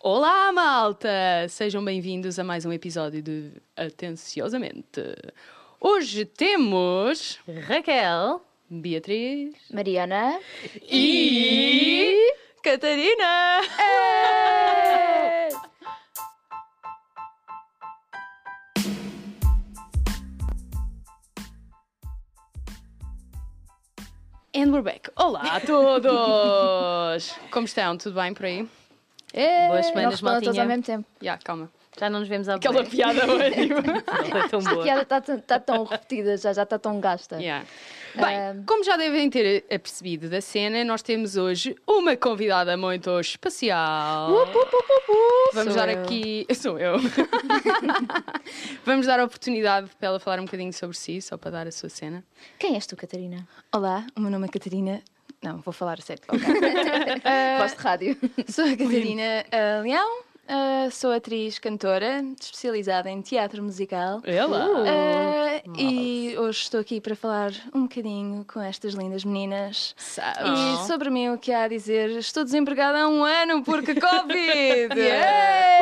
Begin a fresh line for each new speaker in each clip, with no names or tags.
Olá, malta! Sejam bem-vindos a mais um episódio de Atenciosamente. Hoje temos
Raquel
Beatriz
Mariana.
e É. Catarina! And we're back. Olá a todos! Como estão? Tudo bem por aí?
Boas
Não
semanas,
respondam todos ao
maltinha.
mesmo tempo.
Já, calma.
Já não nos vemos há
Aquela
bué.
piada ótima.
Não foi é tão
A
boa.
piada está tá tão repetida, já está tão gasta.
Yeah. Bem, como já devem ter apercebido da cena, nós temos hoje uma convidada muito especial. Vamos
Sou
dar
eu.
aqui. Sou eu. Vamos dar a oportunidade para ela falar um bocadinho sobre si, só para dar a sua cena.
Quem és tu, Catarina?
Olá, o meu nome é Catarina. Não, vou falar a sério. ok. Eh,
Voz de rádio.
sou a Catarina ah, Leão, ah, sou atriz cantora, especializada em teatro musical.
Ela!
Ah, e hoje estou aqui para falar um bocadinho com estas lindas meninas.
Sabe?
E sobre mim o que há a dizer? Estou desempregada há um ano porque Covid!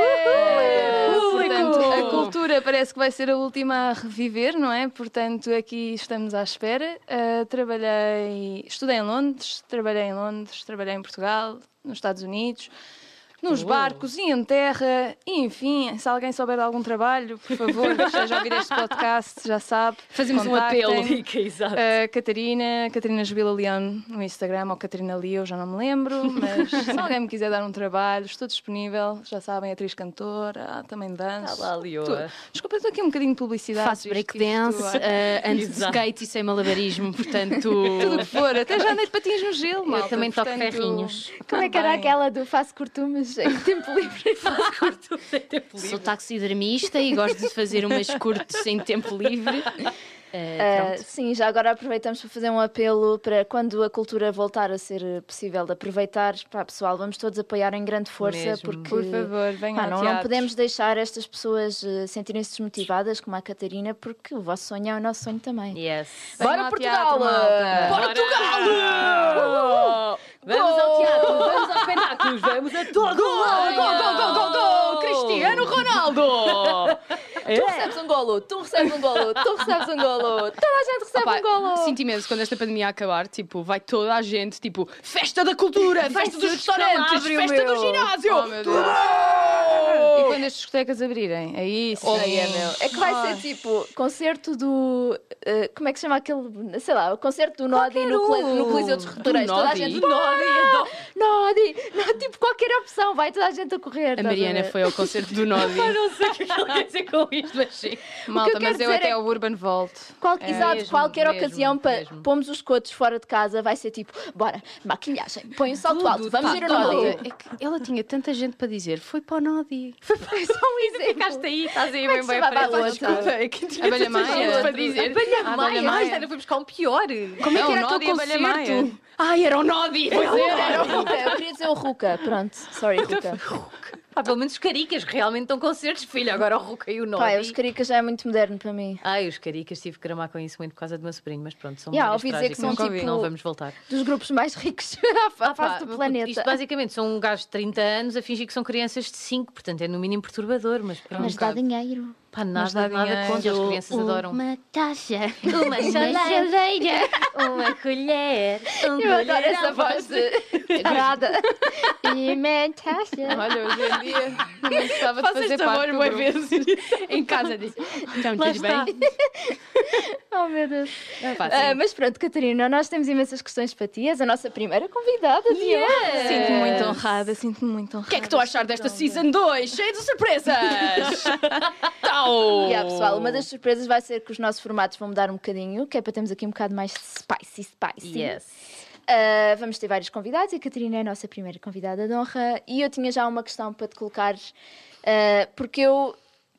Uhul!
Portanto,
Público!
a cultura parece que vai ser a última a reviver, não é? Portanto, aqui estamos à espera. Ah, trabalhei, estudei em Londres, trabalhei em Londres, trabalhei em Portugal, nos Estados Unidos, nos barcos e em terra. E, enfim, se alguém souber de algum trabalho, por favor, esteja a ouvir este podcast, já sabe.
Fazemos um
contactem.
apelo.
Fica, exato.
Ah, Catarina, Catarina Jubila Leão no Instagram ou Catarina Leo, já não me lembro, mas se alguém me quiser dar um trabalho, estou disponível, já sabem, atriz cantora, ah, também danço.
Tá
Olá, Leo.
Tudo. Desculpa, estou aqui um bocadinho de publicidade.
Faço
visto que
breakdance,
isto, ah,
eh, ando de
Exato.
skate e sem malabarismo, portanto.
Tudo o que for, um até já andei de patins no gelo, malta,
Eu também toco
portanto,
ferrinhos.
Como é que era
também.
aquela do faço cortumes em tempo livre?
Sou taxidermista e gosto de fazer umas curtas em tempo livre. Eh,
Ah, sim, já agora aproveitamos para fazer um apelo para quando a cultura voltar a ser eh, possível de aproveitar, pá, pessoal, vamos todos apoiar em grande força,
Mesmo.
porque
Por favor, venham
Pá,
ao
não, não
teatro.
podemos deixar estas pessoas eh, sentirem-se desmotivadas, como a Catarina, porque o vosso sonho é o nosso sonho também.
Yes.
Venham
Bora,
ao
Portugal!
teatro,
eh,
malta.
Portugal! Vamos ao teatro, vamos ao Pentáculos, vamos a todo lado!
gol, Cristiano Ronaldo!
Tu recebes um golo, tu recebes um golo, tu recebes um golo, toda a gente recebe
Opa,
um golo.
Sinto imenso quando esta pandemia acabar, tipo, vai toda a gente, tipo, festa da cultura, festa dos
ser
restaurantes,
descalabro,
festa do
meu.
ginásio!
Oh, meu Deus. E quando as discotecas abrirem? Aí
Oh.
sim.
Aí é, meu. É que vai ser tipo concerto do. eh, como é que se chama aquele. Sei lá, o concerto do Nodi no, cole- no Coliseu dos Retoreiros.
Do
Toda a
Nodi?
gente.
Do
Nodi! Nodi! Não, tipo, qualquer opção, vai toda a gente a correr.
A
estás
Mariana
ver?
foi ao concerto do Nodi.
Não sei o que é que ele quer dizer com isto, mas sim.
Malta,
eu quero
mas eu
dizer
até
é-
ao Urban Volto.
Qual-
É,
exato,
mesmo,
qualquer
mesmo,
ocasião para
mesmo.
pomos os cotos fora de casa vai ser tipo, bora, maquilhagem, põe o salto
Tudo,
alto, vamos
pá,
ir ao
tudo.
Nodi.
É que ela tinha tanta gente para dizer, foi para o Nodi.
É só um
Ficaste
exemplo.
aí, estás aí
Como é que
bem bem
se chamava a
para
outra?
é que tinha
Abelha
tanta
Maia.
gente para dizer.
Abelha
Abelha
Maia,
Maia.
mas ainda foi buscar um pior.
Como é que
Não,
era o
Nodi e
teu
Abelha Maia.
concerto? Ai, era o Nodi! Pois
Era o Ruca, eu queria dizer o Ruca, pronto, sorry Ruca.
Pá, pelo menos os caricas realmente estão concertos, filho. Agora o Ruca e o Nodi.
Pá, os caricas já é muito moderno para mim.
Ai, os caricas tive que gramar com isso muito por causa do meu sobrinho, mas pronto, são
Yeah,
memórias
ouvi dizer que
trágicas,
são
não
tipo-
Não vamos voltar.
Dos grupos mais ricos à
Pá,
face do planeta.
Isto basicamente são um gajo de 30 anos a fingir que são crianças de 5, portanto é no mínimo perturbador, mas pronto.
Mas dá dinheiro.
Pá,
mas
nada,
dá
nada
dinheiro.
contra, as crianças adoram.
Uma taxa,
Uma chaleira,
chaleira, uma colher, um
Eu adoro essa
colherão.
voz de parada.
E uma taxa.
Olha, hoje em dia não gostava de fazer
esta voz
parte do
uma
grupo.
vez em casa disse. Então,
Lá
tudo
está.
bem?
Oh, meu Deus.
Fácil.
Ah, mas pronto, Catarina, nós temos imensas questões para ti. És a nossa primeira convidada de hoje.
eh,
Sinto-me muito honrada, sinto-me muito honrada.
O que é que estou a achar desta Season 2? Cheio de surpresas! Tau!
Yeah, pessoal, uma das surpresas vai ser que os nossos formatos vão mudar um bocadinho, que é para termos aqui um bocado mais spicy, spicy.
Yes.
Ah, vamos ter vários convidados e a Catarina é a nossa primeira convidada de honra. E eu tinha já uma questão para te colocar, ah, porque eu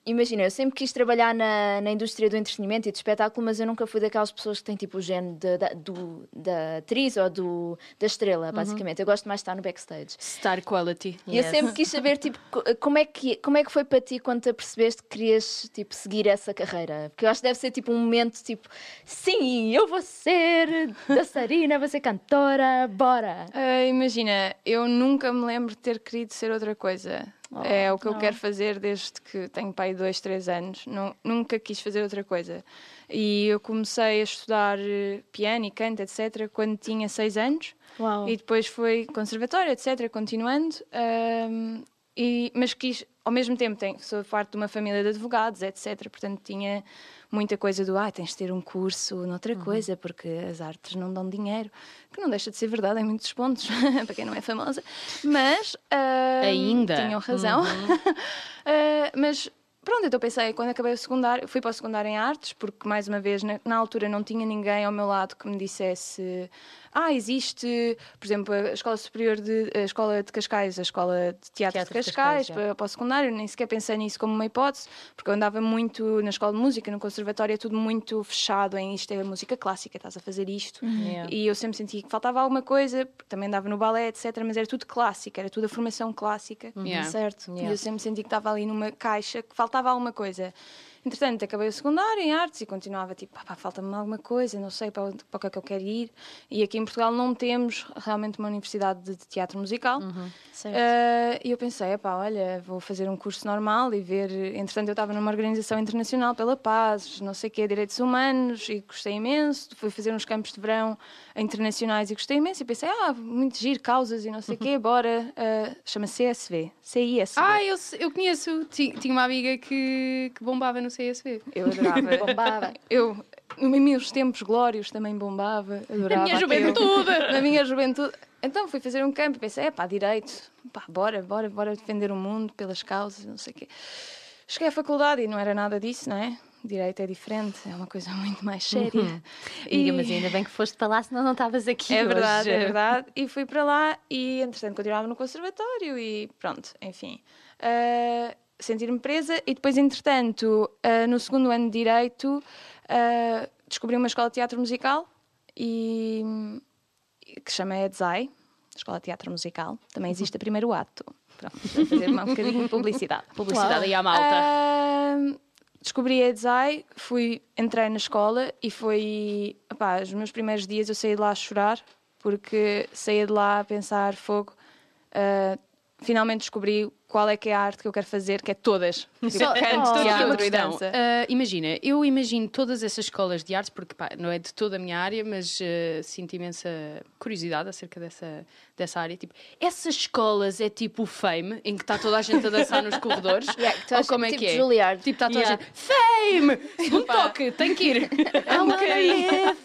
imagina, eu sempre quis trabalhar na, na indústria do entretenimento e do espetáculo, mas eu nunca fui daquelas pessoas que têm tipo o género de- da, do- da atriz ou do, da estrela, basicamente. Eu gosto mais de estar no backstage.
Star quality.
E eu sempre quis saber, tipo, co- como é, que, como é que foi para ti quando te apercebeste que querias, tipo, seguir essa carreira? Porque eu acho que deve ser, tipo, um momento, tipo, sim, eu vou ser dançarina, vou ser cantora, bora!
Ah, imagina, eu nunca me lembro de ter querido ser outra coisa. é o que eu quero fazer desde que tenho pai dois, três anos. Nu- nunca quis fazer outra coisa. E eu comecei a estudar eh, piano e canto, etc., quando tinha seis anos.
Uau!
E depois foi conservatório, etc., continuando. ahm, e, mas quis, ao mesmo tempo, tenho, sou parte de uma família de advogados, etc., portanto tinha muita coisa do ah, tens de ter um curso noutra coisa, porque as artes não dão dinheiro, que não deixa de ser verdade em muitos pontos, para quem não é famosa. Mas. ahm,
Ainda.
Tinham razão. Ah, mas pronto, então pensei, quando acabei o secundário, fui para o secundário em artes, porque mais uma vez, na, na altura não tinha ninguém ao meu lado que me dissesse ah, existe, por exemplo, a Escola Superior de a Escola de Cascais, a Escola de Teatro,
Teatro
de
de
Cascais,
Cascais, é.
para, para o secundário, nem sequer pensei nisso como uma hipótese, porque eu andava muito na escola de música, no conservatório, é tudo muito fechado em isto é música clássica, estás a fazer isto.
Uhum. Yeah.
E eu sempre senti que faltava alguma coisa, também andava no balé, etc., mas era tudo clássico, era tudo a formação clássica.
Uhum.
Yeah.
é Certo. E
Yeah.
eu sempre senti que estava ali numa caixa que faltava alguma coisa. Entretanto, acabei o secundário em artes e continuava tipo, "Pá, pá, falta-me alguma coisa, não sei para, onde- para o que é que eu quero ir. E aqui em Portugal não temos realmente uma universidade de, de teatro musical. Eh, E eu pensei, "Epá, olha, vou fazer um curso normal e ver. Entretanto, eu estava numa organização internacional pela paz, não sei o quê, direitos humanos, e gostei imenso. Fui fazer uns campos de verão internacionais e gostei imenso. E pensei, ah, muito giro, causas e não sei o
Uhum.
quê, bora. Eh, Chama-se CSV. CISV.
Ah, eu, se- eu conheço. Ti- Tinha uma amiga que, que bombava no CSV.
Eu adorava.
Bombava.
Eu, nos meus tempos glórios, também bombava. Adorava
Na minha
aquilo.
juventude!
Na minha juventude. Então fui fazer um campo e pensei, é pá, direito, pá, bora, bora, bora defender o mundo pelas causas, não sei o quê. Cheguei à faculdade e não era nada disso, não é? Direito é diferente, é uma coisa muito mais séria.
Amiga, mas ainda bem que foste para lá, senão não estavas aqui.
É verdade,
hoje.
é verdade. E fui para lá e, entretanto, continuava no conservatório e pronto, enfim. Ah, Sentir-me presa e depois, entretanto, ah, no segundo ano de Direito, ah, descobri uma escola de teatro musical e e que se chama EDSAI, Escola de Teatro Musical. Também existe a primeiro ato. Pronto, vou fazer um bocadinho de publicidade.
Publicidade e à
Ah,
malta.
Ahm, descobri a Edzai, fui, entrei na escola e foi. Epá, os meus primeiros dias eu saí de lá a chorar, porque saí de lá a pensar: fogo, ah, finalmente descobri qual é que é a arte que eu quero fazer, que é todas.
Só,
Eu quero
antes de
teatro,
tudo, então,
dança.
ah, imagina, eu imagino todas essas escolas de artes, porque pá, não é de toda a minha área, mas ah, sinto imensa curiosidade acerca dessa, dessa área. Tipo, essas escolas é tipo o fame, em que está toda a gente a dançar nos corredores?
Yeah, que tu
Ou
achas-
como é
tipo
que é?
Juilliard.
Tipo, está toda
Yeah.
a gente, fame! Segundo toque, tem que ir. É um bocadinho.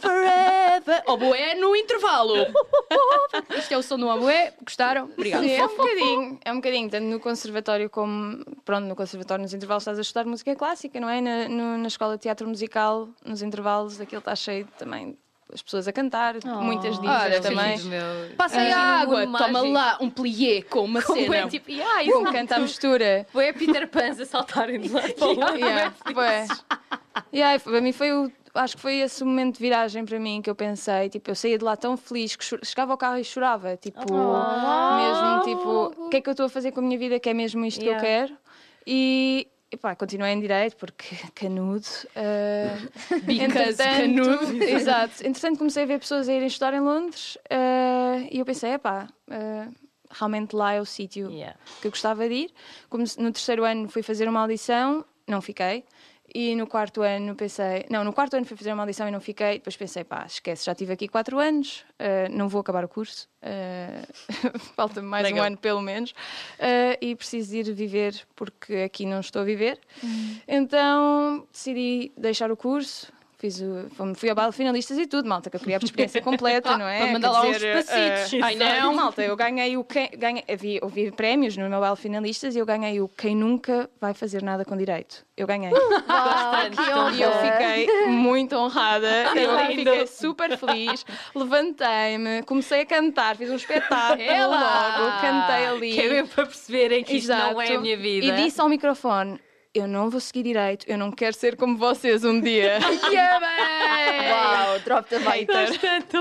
O boé no intervalo. Isto é o som do oboé, gostaram? Obrigada.
Sim, é um bocadinho, é um bocadinho, tanto no conservatório como, pronto, no conservatório nos intervalos estás a estudar música clássica, não é? Na, no- na escola de teatro musical, nos intervalos, aquilo está cheio também, as pessoas a cantar, muitas divas
Ah, deve ser
também.
giro. Passa aí
Imagina
a
um
água,
mundo
toma
mágico.
lá um plié com uma
Como
cena.
é tipo, yeah, isso
Um canta à mistura.
Foi a Peter Pan a saltarem de lado para o outro.
Yeah, foi. Yeah, foi- para mim foi o. Acho que foi esse o momento de viragem para mim que eu pensei. Tipo, eu saía de lá tão feliz que cho- chegava ao carro e chorava. Tipo, mesmo tipo, o que é que eu estou a fazer com a minha vida? Que é mesmo isto
Yeah.
que eu quero? E. Epá, continuei em direito porque canudo. ah,
Because
entretanto-
canudo.
Exato. Entretanto, comecei a ver pessoas a irem estudar em Londres ah, e eu pensei, epá, ah, realmente lá é o sítio
Yeah.
que eu gostava de ir. Como se- no terceiro ano fui fazer uma audição, não fiquei. E no quarto ano pensei, não, no quarto ano fui fazer uma audição e não fiquei. Depois pensei, pá, esquece, já estive aqui quatro anos, eh, não vou acabar o curso, eh, falta-me mais um
Legal.
ano pelo menos, eh, e preciso ir viver porque aqui não estou a viver.
Uhum.
Então decidi deixar o curso. Fiz o, fomos- fui ao baile de finalistas e tudo, malta, que eu queria a experiência completa, não é?
para mandar
Quer
lá uns
dizer, eh,
passinhos,
ai
exato.
não, malta, eu ganhei o quem, ganhei, havia, houve prémios no meu baile de finalistas e eu ganhei o quem nunca vai fazer nada com direito. Eu ganhei.
Uh,
E eu fiquei muito honrada, eu fiquei super feliz. Levantei-me, comecei a cantar, fiz um espetáculo
Ela!
logo, cantei ali.
Que é mesmo para perceberem que isto não é a
Exato.
minha vida.
E disse ao microfone: eu não vou seguir direito, eu não quero ser como vocês um dia.
Uau, drop the mic.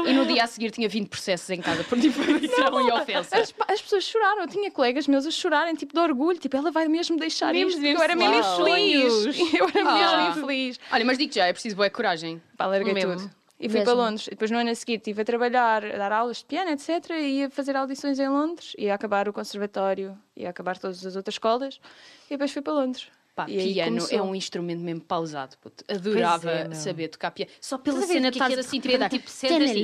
E no dia a seguir tinha 20 processos em casa por difamação e ofensa.
As, as pessoas choraram, eu tinha colegas meus a chorarem, tipo, de orgulho, tipo, ela vai mesmo deixar
Mesmo
isto, porque eu era
desse
mesmo
lado.
infeliz. Eu era
Ah.
mesmo infeliz.
Olha, mas digo já, é preciso boa coragem.
Pá, larguei
Mesmo.
tudo. E fui para Londres. E depois no ano a seguir estive a trabalhar, a dar aulas de piano, etc. E ia fazer audições em Londres, ia acabar o conservatório, ia acabar todas as outras escolas. E depois fui para Londres.
Pá,
E aí
piano
começou.
é um instrumento mesmo pausado, puto. Adorava
é, meu.
saber tocar piano. Só pela cena estás assim, tipo, a dar-
tipo, sentas assim.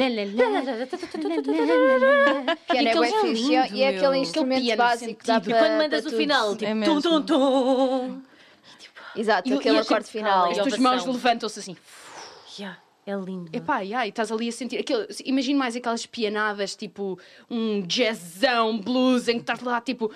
Piano é
Aquele
bué
é
fixe.
lindo,
E é- e
meu.
é aquele
Aquele
instrumento
piano
básico que dá
E
para.
quando mandas
para
o
tudo.
final, tipo,
É
tum,
mesmo.
tum, tum.
Exato,
E- e
aquele
a
acorde
gente
final.
cala,
As
e
tuas
elevação.
mãos levantam-se assim.
Yeah, É lindo.
Epá, e ai, estás ali a sentir. Aquele, imagino mais aquelas pianadas, tipo um jazzão, blues, em que estás lá tipo.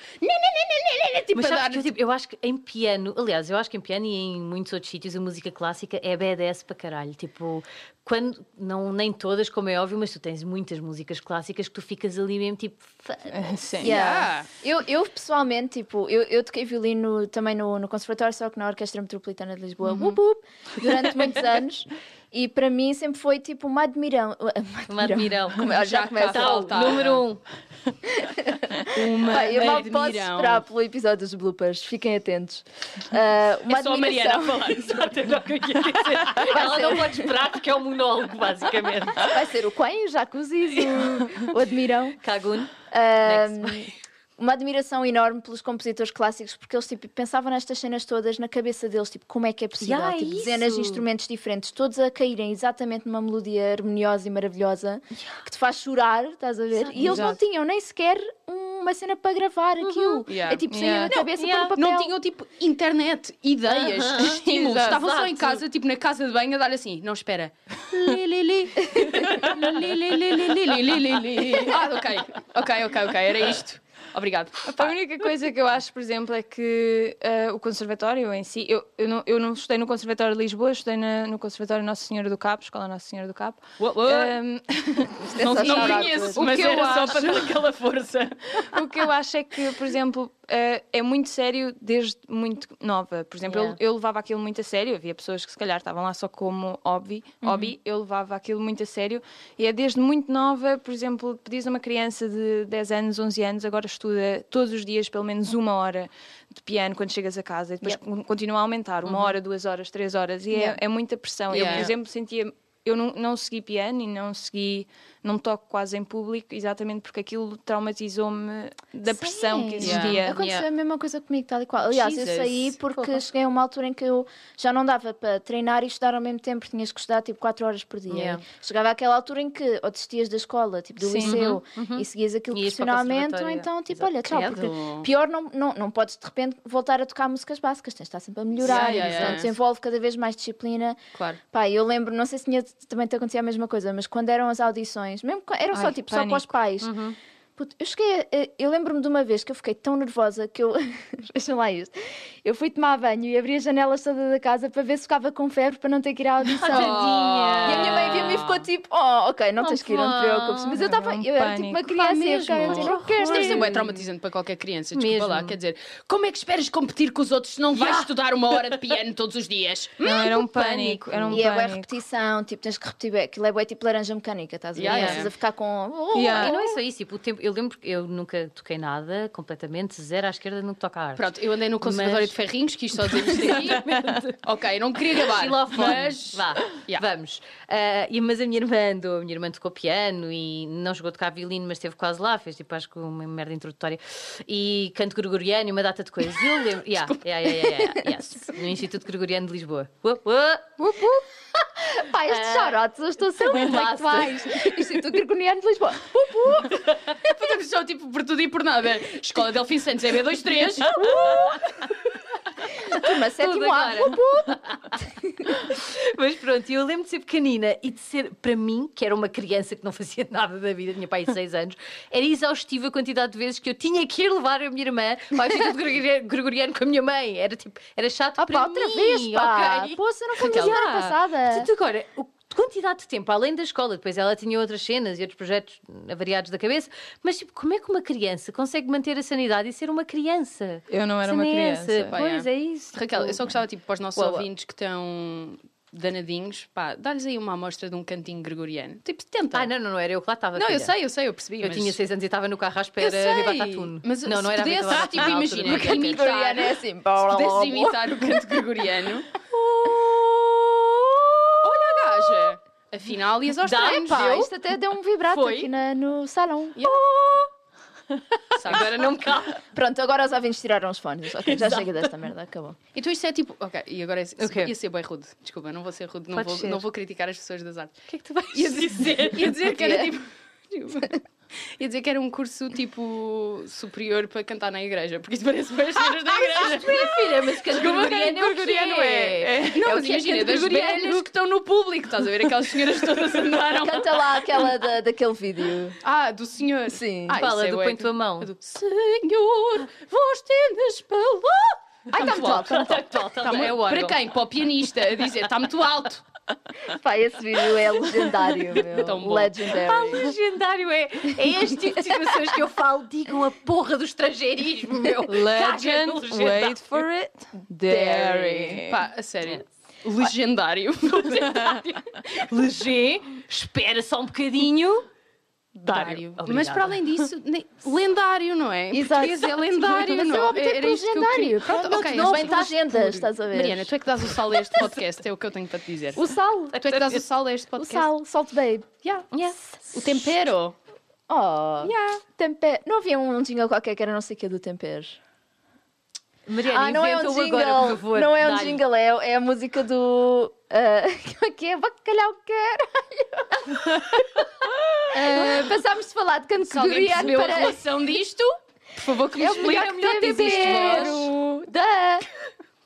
Tipo,
Mas
a
sabes
dar.
que eu, tipo, eu acho que em piano, aliás, eu acho que em piano e em muitos outros sítios a música clássica é BDS para caralho. Tipo, quando, não, nem todas, como é óbvio, mas tu tens muitas músicas clássicas que tu ficas ali mesmo tipo. fa-
Sim.
Yeah.
Yeah.
Eu, eu pessoalmente, tipo, eu, eu toquei violino também no, no conservatório, só que na Orquestra Metropolitana de Lisboa, wup, wup, durante muitos anos. E para mim sempre foi tipo uma admirão.
Uma admirão.
Come- olha, Já
Já
começa
cá
a
está.
voltar.
Tá.
Número um.
Uma
Pá, eu mal posso
admirão.
esperar pelo episódio dos bloopers, fiquem atentos. Ah, uma
É só a Mariana a
admiração.
falar. só a ter o que eu ia dizer.
Ela não pode esperar porque é um monólogo, basicamente.
Vai ser o Quen, o Jacuzzi, o, o admirão.
Kagun.
Ah,
Next.
uma admiração enorme pelos compositores clássicos porque eles tipo, pensavam nestas cenas todas na cabeça deles, tipo, como é que é possível?
Yeah, é
tipo, dezenas de
isso.
instrumentos diferentes, todos a caírem exatamente numa melodia harmoniosa e maravilhosa que te faz chorar, estás a ver? E eles não
Exato.
tinham nem sequer uma cena para gravar aquilo.
Yeah.
É tipo, saía
Yeah.
da cabeça
yeah.
para o papel.
Não tinham tipo internet, ideias,
Aham.
estímulos.
Exato.
Estavam só em casa, tipo na casa de banho, a dar assim: não espera. Li, li, li. Li, li, li, li, li, li, li, li, li. Ah, ok, ok, ok, ok, era isto. Obrigado.
A única coisa que eu acho, por exemplo, é que eh, o conservatório em si, eu, eu, não, eu não estudei no Conservatório de Lisboa, eu estudei na- no Conservatório Nossa Senhora do Cabo, Escola Nossa Senhora do Cabo.
What, what?
Ehm,
Eh, Não,
Essa
não
chata.
conheço,
O
mas
que eu
era só
acho-
para dar aquela força.
o que eu acho é que, por exemplo, eh, é muito sério desde muito nova. Por exemplo,
Yeah.
eu, eu levava aquilo muito a sério. Havia pessoas que se calhar estavam lá só como hobby, hobby. Eu levava aquilo muito a sério. E é desde muito nova, por exemplo, pedis a uma criança de 10 anos, 11 anos, agora estuda todos os dias pelo menos uma hora de piano quando chegas a casa. E depois con- continua a aumentar. Uma hora, duas horas, três horas. E é- é, muita pressão. Eu,
Yeah.
por exemplo, sentia... Eu não, não segui piano e não segui, não toco quase em público, exatamente porque aquilo traumatizou-me da
Sim.
pressão que existia.
Yeah.
Aconteceu
Yeah.
a mesma coisa comigo, tal e qual. Aliás, eu
Jesus.
saí porque cheguei a uma altura em que eu já não dava para treinar e estudar ao mesmo tempo, porque tinhas que estudar tipo 4 horas por dia.
Yeah.
Chegava àquela altura em que ou desistias da escola, tipo do
Sim.
liceu, e seguias aquilo
E ias para o
profissionalmente, ou
conservatório.
então tipo,
Exato.
olha, tchau, porque
Credo.
pior não, não, não podes de repente voltar a tocar músicas básicas, tens de estar sempre a melhorar,
Yeah, yeah,
e,
yeah.
portanto, desenvolve cada vez mais disciplina.
Claro.
Pá, eu lembro, não sei se tinha, também te acontecia a mesma coisa, mas quando eram as audições, mesmo que eram só
Ai, Uhum.
tipo só para os pais. Puto, eu cheguei, a- a- eu lembro-me de uma vez que eu fiquei tão nervosa que eu, vejam lá isto, eu fui tomar banho e abri as janelas toda da casa para ver se ficava com febre para não ter que ir à
Oh.
audição. E a minha mãe viu-me e ficou tipo, oh, ok, não
Oh,
tens que ir, não te
pá.
preocupes. Mas eu estava,
É um
eu era tipo uma
pânico.
criança e eu
mesmo.
ficava a dizer, não
Mas
quero.
deve ser bem traumatizante para qualquer criança, desculpa
Mesmo.
lá. Quer dizer, como é que esperas competir com os outros se não vais estudar uma hora de piano todos os dias?
Não, era um
pânico.
pânico, era um
E é bué
pânico.
repetição, tipo, tens que repetir bué. Aquilo é bué tipo laranja mecânica, estás a ver?
Yeah,
Começas
yeah.
a ficar com... oh,
Yeah.
E não é só isso, tipo, o tempo, eu lembro que eu nunca toquei nada completamente, zero à esquerda, nunca toca a arte.
Pronto, eu andei no Conservatório
Mas-
de Ferrinhos, quis só dizer isto aqui. ok, não queria acabar.
Xilofone.
Mas.
Vá,
Yeah.
vamos. Ah, e, mas a minha irmã andou, a minha irmã tocou piano e não chegou a tocar violino, mas esteve quase lá, fez tipo, acho que uma merda introdutória. E canto gregoriano e uma data de coisas. Eu lembro. yeah, yeah, yeah, yeah, yeah, yes. No Instituto Gregoriano de Lisboa. Uop, uop.
Pá, estes chorotes, eu estou sempre
é
intelectuais. Instituto Gregoriano de Lisboa.
Podemos só tipo por tudo e por nada. Escola Delfim Santos é B23.
Ah,
Turma, sétimo A.
agora. Mas pronto, eu lembro de ser pequenina e de ser, para mim, que era uma criança que não fazia nada da vida, tinha pai de 6 anos, era exaustiva a quantidade de vezes que eu tinha que ir levar a minha irmã ao Instituto Gregoriano- Gregoriano com a minha mãe. Era tipo, era chato
Ah,
para
pá, outra
mim,
vez, pá.
ok?
Poxa, não fomos a
Raquel,
semana
já.
passada.
Portanto, agora, o- quantidade de tempo, além da escola, depois ela tinha outras cenas e outros projetos variados da cabeça, mas tipo, como é que uma criança consegue manter a sanidade e ser uma criança?
Eu não era
Cena
uma
é
criança.
essa,
Pá,
Pois
é.
é isso.
Raquel,
tipo,
eu só gostava, tipo, para os nossos
Uau, uau.
ouvintes que estão danadinhos, pá, dá-lhes aí uma amostra de um cantinho gregoriano. Tipo, tenta.
Ah, não, não, não, era eu que lá estava.
Não, eu
filha.
sei, eu sei, eu percebi.
Eu
mas-
tinha 6 anos e estava no carro à
Eu
espera
sei,
de Batatune.
mas
não,
se
não era Ah, a Viva
pudesse,
Batatune
tipo,
na altura,
imagina,
não era.
imitar.
Gregoriano é assim.
Se pudesses imitar o canto gregoriano. Olha a gaja! Afinal, ias aos
Dá,
treinos.
Pá,
eu?
isto até deu um vibrato
Foi?
aqui na- no salão.
Sabe?
Agora não me cala.
Pronto, agora os ouvintes tiraram os fones. Ok, já chega desta merda, acabou.
Então isto é tipo. Ok, e agora ia,
Ok.
ia ser bem rude. Desculpa, não vou ser rude, não
Pode
vou,
ser.
não vou criticar as pessoas das artes.
O que é que tu vais
Ia dizer, ia dizer que era
Porquê?
tipo. desculpa. Ia dizer que era um curso tipo superior para cantar na igreja, porque isso parece bem as cenas da igreja.
filha, mas que gregoriano é o quê?
Não,
É o
mas
que é
imagina,
canto
das
gregoriano.
velhas que estão no público, estás a ver? Aquelas senhoras todas andaram.
Canta lá aquela da- daquele vídeo.
Ah, do senhor.
Sim.
Ah,
Fala
isso é
do
bué.
põe tua mão.
É do Senhor, vós tendes pela.
Ai, está muito alto.
Tá muito alto, tá muito- é o
Para
órgão.
quem? Para o pianista, a dizer, está muito alto.
Pá, esse vídeo é legendário, meu.
Tão bom.
Pá,
Legendary.
legendário é, é este tipo de situações que eu falo. Digam a porra do estrangeirismo, meu. Caga no
Legend,
legendário.
wait for it. Dairy.
É, Pá, a sério. Legendário.
Legê, espera só um bocadinho. Dário.
Dário. Mas para além disso, nem- lendário, não é?
Exato.
Português é lendário,
Mas
não
eu optei
Era
pelo
isto que eu
lendário.
queria. Pronto,
Não,
ok.
não,
as
bem, tá
pessoas
agendas,
por-
estás a ver?
Mariana, tu é que dás o sal a este podcast, é o que eu tenho para te dizer.
O sal.
Tu é que dás o sal a este
O
podcast.
sal. Salt Babe.
Yeah. O tempero.
Oh. Tempero. Não havia um jingle qualquer que era não sei o que do tempero.
Mariana,
Ah, não é um
inventa-o
jingle.
agora, por favor.
não é um
Dá-lhe.
jingle, é, é a música do. ah, Como é que é? Bacalhau caralho. Eh, Passámos de falar de canto
Se alguém
gregoriano
percebeu a
para.
relação disto, por favor que me
É o melhor,
explique.
tempero. Da.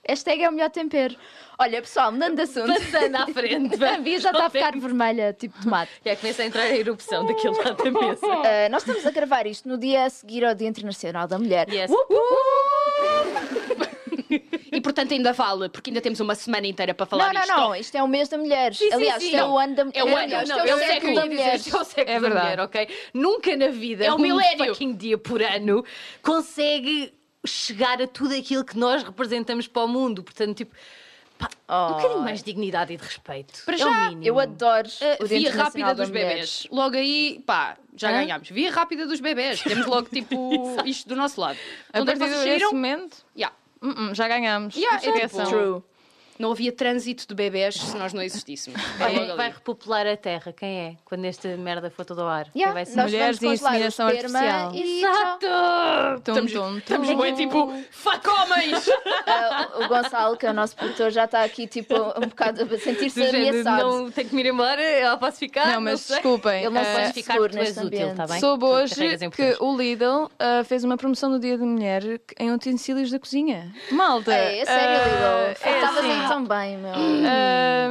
Hashtag é o melhor tempero. Olha, pessoal, mudando de assunto.
Passando à frente.
A Bia já está a ficar vermelha, tipo tomate.
tá Já começa a entrar a erupção daquele lado da mesa.
Ah, nós estamos a gravar isto no dia a seguir ao Dia Internacional da Mulher.
Yes.
E portanto ainda vale, porque ainda temos uma semana inteira para
Não,
falar
não,
disto.
não, isto é o mês da mulher.
sim,
Aliás,
sim.
isto é o ano da mulher.
É o ano,
Aliás,
não,
isto
é o
século
século.
da mulher.
Isto é o século
É
da
verdade.
mulher, ok? Nunca na vida,
É o
um
milénio.
fucking dia por ano, consegue chegar a tudo aquilo que nós representamos para o mundo. Portanto, tipo, pá, um
Oh.
bocadinho mais de dignidade e de respeito.
Para
É o
já, Ah,
mínimo.
Eu adoro o Dia
Eh, via
Internacional
rápida
da
dos
Mulher.
bebés. Logo aí, pá, já ganhámos. Via rápida dos bebés. Temos logo, tipo, isto do nosso lado.
A
Onde é que
partir
vocês
desse
saíram?
momento,
Yeah.
uh -uh, já ganhámos.
Yeah, é
Esqueçam.
tipo-
True.
Não havia trânsito de bebés se nós não existíssemos. É
Olha,
logo
quem
ali.
vai repopular a Terra, quem é? Quando esta merda for toda ao ar. Quem
Yeah,
vai ser?
nós
Mulheres
vamos
e
congelar o
inseminação
esperma
artificial.
e tchau.
Exato!
Tum,
Estamos,
tum,
estamos
tum.
bem, tipo, fuck homens!
Ah, o Gonçalo, que é o nosso produtor, já está aqui tipo um bocado a sentir-se
Do género,
ameaçado.
não tenho que me ir embora, ela posso ficar.
Não, mas
sei.
desculpem.
Ele não
eh,
pode
Podes ficar,
seguro
tu és
neste
útil, está
ambiente.
bem?
Soube
Tu
hoje
carregas em
que
botões.
o Lidl ah, fez uma promoção no Dia da Mulher em utensílios da cozinha. Malta!
É, é sério,
ah,
Lidl.
é
Estavas
assim.
aí tão bem, meu.
Ah,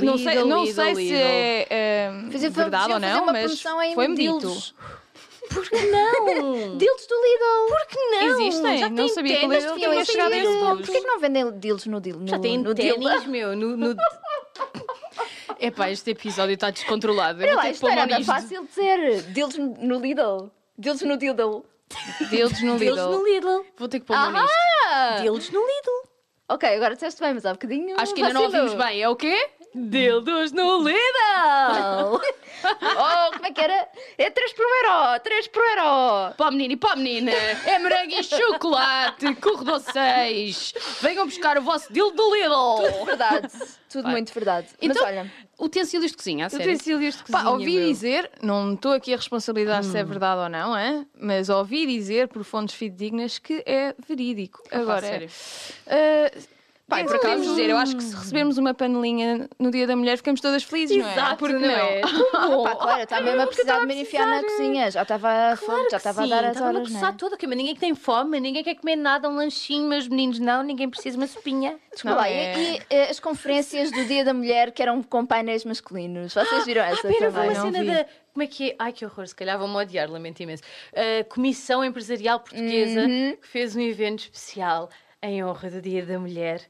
não sei,
Lidl,
não
Lidl,
sei se
Lidl.
é ah,
Fazer-
verdade
faziam
ou
fazer
não,
uma
mas
promoção em
foi-me dito.
dildos. Dildos do Lidl. Porque não?
Existem?
já
não
tem
sabia que o
tendas
Lidl
de
tinha
filmes
chegado a esse
vendidos.
ponto.
Porquê que não vendem dildos no Dildo?
Já tem
no Dildo?
ténis, meu, no, no-
Epá, este episódio está descontrolado. Eu
Olha
vou
lá,
ter que
isto
pôr
era
mão
nada
nisto.
fácil dizer. Dildos no- no Lidl. Dildos no Dildo.
Dildos no
deles
Lidl.
no Lidl.
Vou ter que pôr mão nisto.
Ah!
Deles no Lidl.
Ok, agora disseste bem, mas há bocadinho.
Acho que ainda não
vacilo.
ouvimos bem. É o quê?
Dildos no Lidl!
oh, como é que era? É 3 por euro! 3 por um euro!
Pá, menino e pá, menina. É morango e chocolate. Corredor 6. Venham buscar o vosso deal do Lidl.
Verdade, tudo
Vai.
muito verdade.
Então-
Mas olha,
Utensílios de cozinha, a sério.
é
Utensílios de cozinha,
Pá, ouvi
meu.
dizer, não estou aqui a responsabilizar se é verdade ou não, é? mas ouvi dizer por fontes fidedignas que é verídico.
é.
Agora,
sério.
eh,
Pá,
é
por
o que
acaso-
podemos dizer, eu acho que se recebermos uma panelinha no Dia da Mulher ficamos todas felizes, não é?
Exato,
Porque
não é?
pá, claro, está tá mesmo a precisar de me enfiar na cozinha. Já estava a fome, já estava a dar as
estava a
horas, não
coçar
é?
toda, ok, mas ninguém que tem fome, ninguém quer comer nada, um lanchinho, meus meninos não, ninguém precisa de uma sopinha.
Desculpa
Não
lá,
é.
e aqui eh, as conferências do Dia da Mulher que eram com painéis masculinos. Vocês viram essa
Pera, houve
também?
uma
não
cena
vi.
da. Como é que é? Ai, que horror, se calhar vão-me odiar, lamento imenso. A Comissão Uhum. Empresarial Portuguesa que fez um evento especial em honra do Dia da Mulher.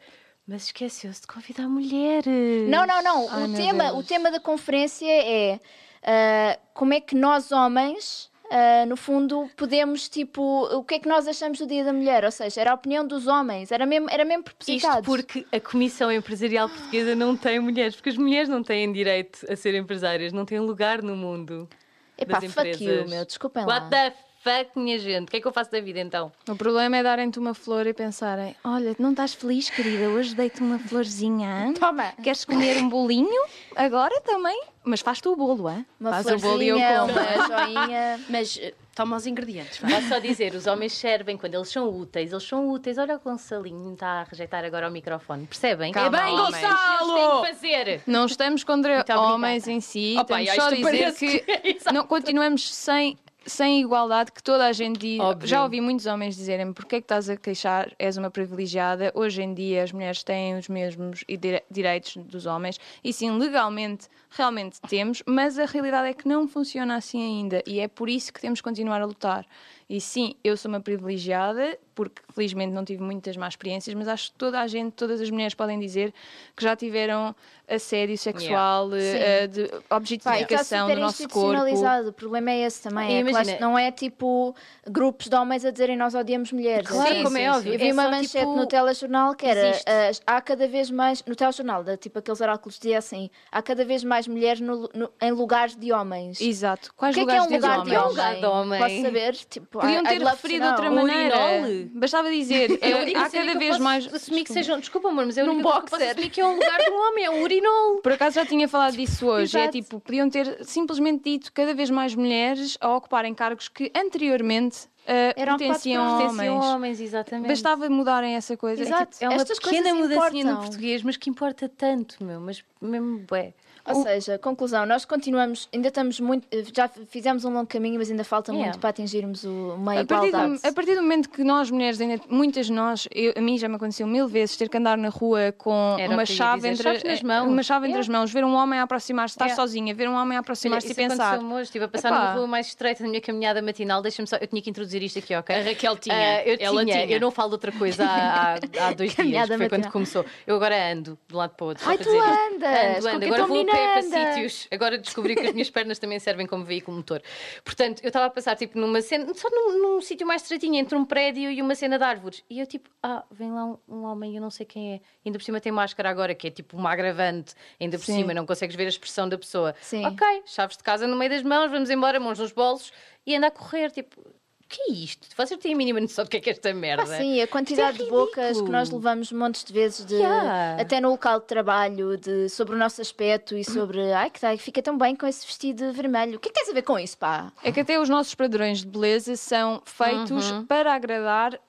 Mas esqueceu-se de convidar mulheres.
Não, não, não.
Ai,
o,
meu
tema, o
Deus.
tema da conferência é ah, como é que nós, homens, ah, no fundo, podemos, tipo, o que é que nós achamos do Dia da Mulher? Ou seja, era a opinião dos homens, era mesmo, era mesmo
Isto
propositado.
porque a Comissão Empresarial Portuguesa não tem mulheres, porque as mulheres não têm direito a ser empresárias, não têm lugar no mundo.
Epá,
das
fuck you,
empresas.
meu, desculpem
What
lá.
the fuck, minha gente? O que é que eu faço da vida então?
O problema é darem-te uma flor e pensarem: Olha, não estás feliz, querida? Hoje dei-te uma florzinha. hã?
Toma.
Queres comer um bolinho? Agora também. Mas faz tu o bolo, é?
Uma
um
faz o bolo e eu
florzinha,
como.
uma joinha.
Mas eh, toma os ingredientes. vá.
Posso só dizer, os homens servem quando eles são úteis, eles são úteis. Olha o Gonçalinho, está a rejeitar agora o microfone, percebem?
Calma,
é bem,
homens.
Gonçalo! Eles têm de fazer.
Não estamos contra
Muito obrigada.
homens em si,
Opa,
estamos
já
só a
isto
dizer
parece
que, não continuamos sem, sem igualdade, que toda a gente diz.
Óbvio.
Já ouvi muitos homens dizerem porque é que estás a queixar, és uma privilegiada, hoje em dia as mulheres têm os mesmos e dire- direitos dos homens, e sim, legalmente, realmente temos, mas a realidade é que não funciona assim ainda, e é por isso que temos que continuar a lutar. E sim, eu sou uma privilegiada, porque felizmente não tive muitas más experiências, mas acho que toda a gente, todas as mulheres podem dizer que já tiveram assédio sexual, eh, de
Pá, e está
objetificação
super
do nosso corpo.
institucionalizado. O problema é esse também.
E
é que lá
imagina-
não é tipo grupos de homens a dizerem nós odiamos mulheres.
Claro,
Sim,
como é
sim,
óbvio.
Eu vi
É
uma
só,
manchete
tipo,
no telejornal que era
existe.
as- há cada vez mais. No telejornal, da, tipo aqueles oráculos diziam assim: há cada vez mais mulheres no- no- em lugares de homens.
Exato.
o
Quais
que é que é
lugares
um lugar
de
de homem?
homens?
lugar de homem?
Posso saber? Tipo,
Podiam
I-
ter
I'd love to
referido de
know.
outra
Um
maneira.
urinol?
Bastava dizer,
assim Eu
é, há cada vez mais.
Assumir que sejam. Desculpa, amor, mas eu
Num
não posso
boxer.
assumir que é um lugar de um homem, é um urinol.
Por acaso já tinha falado disso hoje. É
Exato.
tipo, podiam ter simplesmente dito cada vez mais mulheres a ocuparem cargos que anteriormente eh,
Eram
pertenciam a
ocupados
homens.
Pertencem a é homens, exatamente.
Bastava mudarem essa coisa. É
Exato.
tipo,
É uma
Estas coisas
pequena mudancinha no
importam.
português, mas que importa tanto, meu. Mas mesmo, bué.
Ou seja, conclusão, nós continuamos, ainda estamos muito, já fizemos um longo caminho, mas ainda falta
Yeah.
muito para atingirmos o, uma
A partir,
igualdade.
do, a partir do momento que nós mulheres, ainda, muitas de nós, eu- a mim já me aconteceu mil vezes ter que andar na rua com
Era o
uma
que eu ia
chave,
dizer,
entre,
chaves nas mãos.
uma chave entre
É.
as mãos, ver um homem a aproximar-se, estar
É.
sozinha, ver um homem a aproximar-se e
isso
pensar.
aconteceu-me hoje. Estive a passar
Epá.
numa rua mais estreita na minha caminhada matinal. Deixa-me só. Eu tinha que introduzir isto aqui, ok?
A Raquel tinha.
Ah, eu
Ela
tinha.
tinha.
Eu não falo de outra coisa há, há- há dois dias.
Caminhada
Foi quando
matinal.
começou. Eu agora ando de um lado para o outro. só
Ai,
para
tu
dizer isto.
andas!
Ando, ando.
Qualquer
Agora vou a
menina
pé para
anda.
sítios. Agora descobri que as minhas pernas também servem como veículo motor. Portanto, eu estava a passar tipo numa cena, só num, num sítio mais estreitinho, entre um prédio e uma cena de árvores. E eu tipo, ah, vem lá um, um homem, eu não sei quem é. Ainda por cima tem máscara agora, que é tipo uma agravante. Ainda por
Sim.
cima, não consegues ver a expressão da pessoa.
Sim.
Ok, chaves de casa no meio das mãos, vamos embora, mãos nos bolsos. E anda a correr, tipo, o que é isto? Vocês têm a mínima noção do que é que é esta merda?
Ah, sim, a quantidade de bocas que nós
ridículo.
levamos montes de vezes, de,
Yeah.
até no local de trabalho, de, sobre o nosso aspecto e sobre. Ai, que dai, fica tão bem com esse vestido vermelho. O que é que tens a ver com isso, pá?
É que até os nossos padrões de beleza são feitos para agradar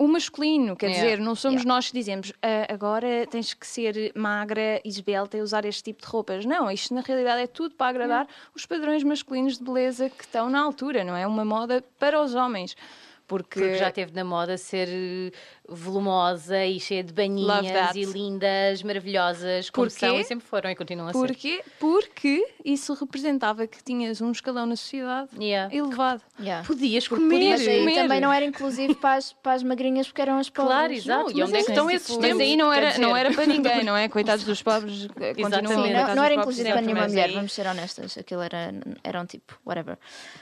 o masculino, quer
Yeah.
dizer, não somos nós que dizemos "Ah, agora tens que ser magra e esbelta e usar este tipo de roupas. Não, isto na realidade é tudo para agradar os padrões masculinos de beleza que estão na altura, não é? Uma moda para os homens. Porque,
Porque já teve na moda ser eh, volumosa e cheia de
Love
baninhas
that.
e lindas, maravilhosas, como
Porquê?
são e sempre foram e continuam a ser.
Porquê? Porque isso representava que tinhas um escalão na sociedade
Yeah.
elevado.
Yeah.
Podias
podia
comer.
Mas aí
comer.
também não era inclusivo para as, para as magrinhas porque eram as pobres.
Claro, exato. E
mas
onde é que
sim.
estão
Sim,
esses
sim.
tempos?
Mas aí não
Quer
era,
dizer,
não era para ninguém, não é? Coitados dos pobres,
Sim,
eh, continuam
Sim,
coitados
não, não
dos
era
pobres
inclusivo para
sempre,
nenhuma
mas
mulher,
é
aí-
vamos ser honestas. Aquilo era, era um tipo, whatever.